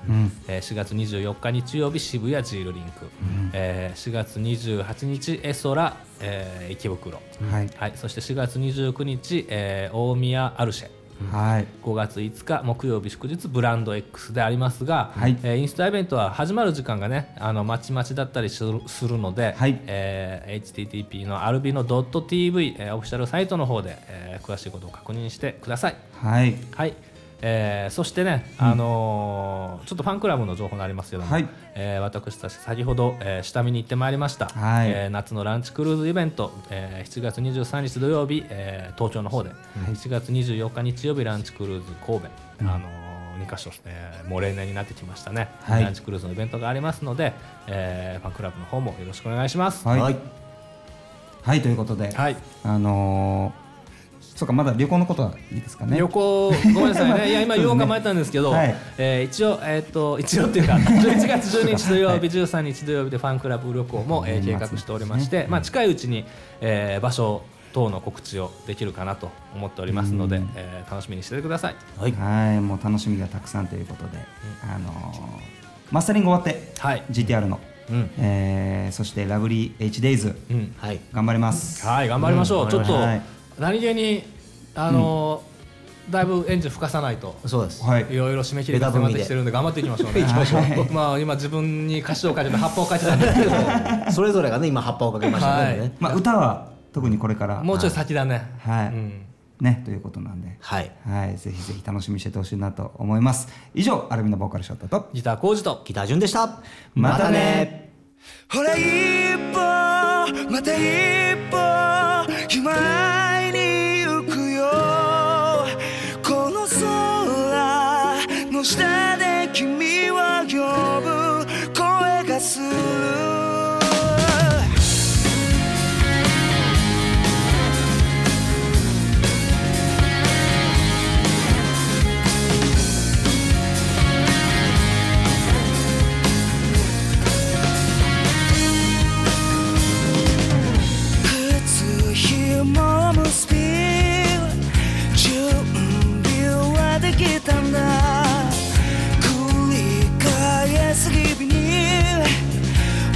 Speaker 2: えー4月24日日曜日渋谷ジールリンク、えー4月28日エソラ、えー池袋、
Speaker 1: はい
Speaker 2: はい、そして4月29日、えー大宮アルシェ
Speaker 1: はい
Speaker 2: 5月5日木曜日祝日ブランド X でありますが、
Speaker 1: はい
Speaker 2: えーインスタイベントは始まる時間がねあのまちまちだったりするするので、
Speaker 1: はい
Speaker 2: えー HTTP のアルビノ .tv、えーオフィシャルサイトの方で、えー詳しいことを確認してください。
Speaker 1: はい
Speaker 2: はいえーそしてね、あのーちょっとファンクラブの情報になりますけども、
Speaker 1: はい
Speaker 2: えー私たち先ほど、えー下見に行ってまいりました、
Speaker 1: はい
Speaker 2: えー夏のランチクルーズイベント、えー7月23日土曜日、えー東京の方で、7月24日日曜日ランチクルーズ神戸、あのー2か所ですねもう例年になってきましたね、
Speaker 1: はい
Speaker 2: ランチクルーズのイベントがありますので、えーファンクラブの方もよろしくお願いします。
Speaker 1: はい、は
Speaker 3: はいい
Speaker 1: ということで、
Speaker 2: はい
Speaker 1: あのーそうかまだ旅行のことはいいですかね
Speaker 2: 旅行ごめんな *laughs* さいね、いや今言おうか迷ったんですけど、
Speaker 1: はい
Speaker 2: えー一応、えー、と一応って *laughs* いうか、11月12日土曜日、13日土曜日でファンクラブ旅行も、えー計画しておりまして、まあ、近いうちに、えー場所等の告知をできるかなと思っておりますので、えー楽しみにしててください。
Speaker 3: はい
Speaker 1: はいもう楽しみがたくさんということで、あのーマスタリング終わって、
Speaker 2: はい
Speaker 1: GTR の、
Speaker 2: うん
Speaker 1: えーそしてラブリー HDays
Speaker 2: うん
Speaker 3: はい
Speaker 1: 頑張ります、
Speaker 2: はい、頑張りましょう。
Speaker 3: うん
Speaker 2: ちょっと、
Speaker 1: はい
Speaker 2: 何気に、あのーだいぶエンジン吹かさないと。
Speaker 3: そうです
Speaker 1: はい
Speaker 2: いろいろ締め切りが迫ってきてるんで頑張っていきましょうね。はい *laughs* まあ今自分に歌詞を書いてた葉っぱを書いてたんですけ *laughs* ど、
Speaker 3: それぞれがね今葉っぱをかけましたね,、
Speaker 2: はい
Speaker 3: ね
Speaker 1: まあ、歌は特にこれから
Speaker 2: もうちょい先だね。
Speaker 1: はい
Speaker 2: うん
Speaker 1: ねということなんで、
Speaker 3: はい
Speaker 1: はい、ぜひぜひ楽しみにしててほしいなと思います以上アルミのボーカルショットと
Speaker 2: ギター工事と
Speaker 3: ギター順でした
Speaker 1: またね
Speaker 4: ほら一歩また一歩前に行くよこの空の下で君は呼ぶ声がする靴ひももスピード準備はできたんだ繰り返す日々に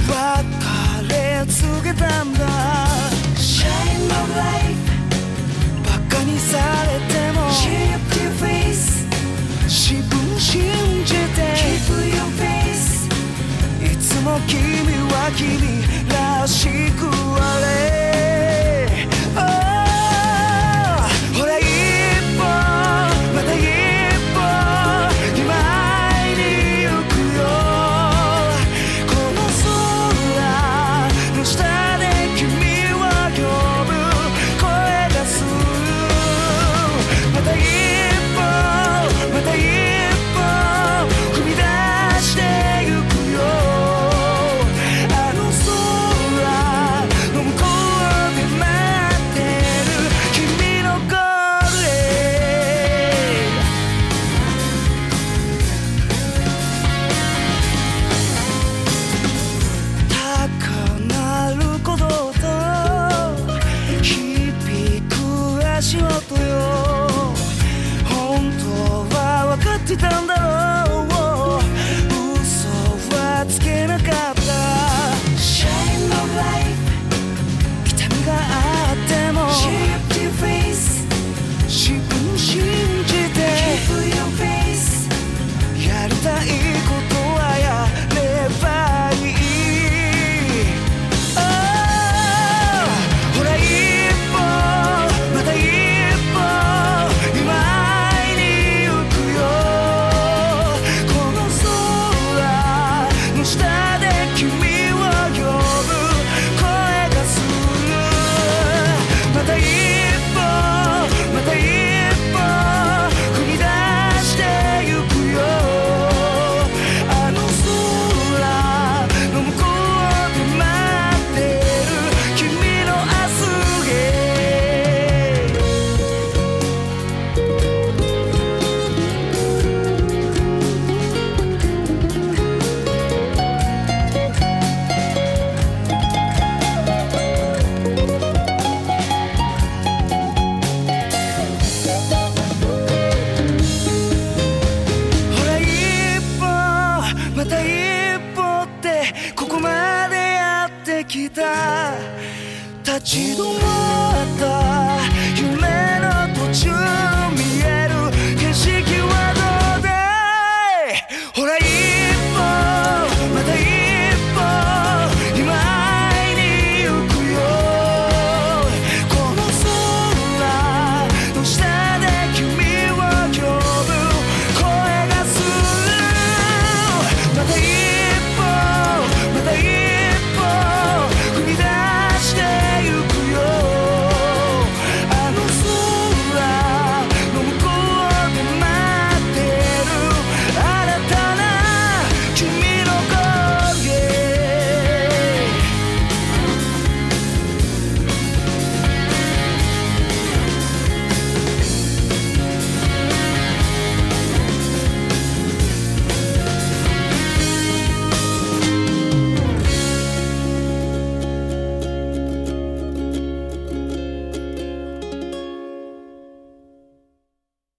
Speaker 4: 別れ告げたんだ Shine my life バカにされても Keep your face 自分信じて Keep your face いつも君は君らしくあれ Oh ほら一歩また一歩今会いに行くよこの空の下で君は呼ぶ声がするまた一歩また一歩踏み出してゆくよあの空の向こうで待ってる君のゴールへ高鳴る鼓動と響く足音よ本当は分かってたんだろう嘘はつけなかった Shine my life 痛みがあっても Shift your face 自分信じて Keep your face やりたいことはやればいいああほら一歩また一歩今会いに行くよこの空の下で君を呼ぶ声がするまた一歩また一歩踏み出してゆくよあの空の向こうで待ってる君の明日へほら一歩また一歩ってここまでやってきた立ち止まった夢の途中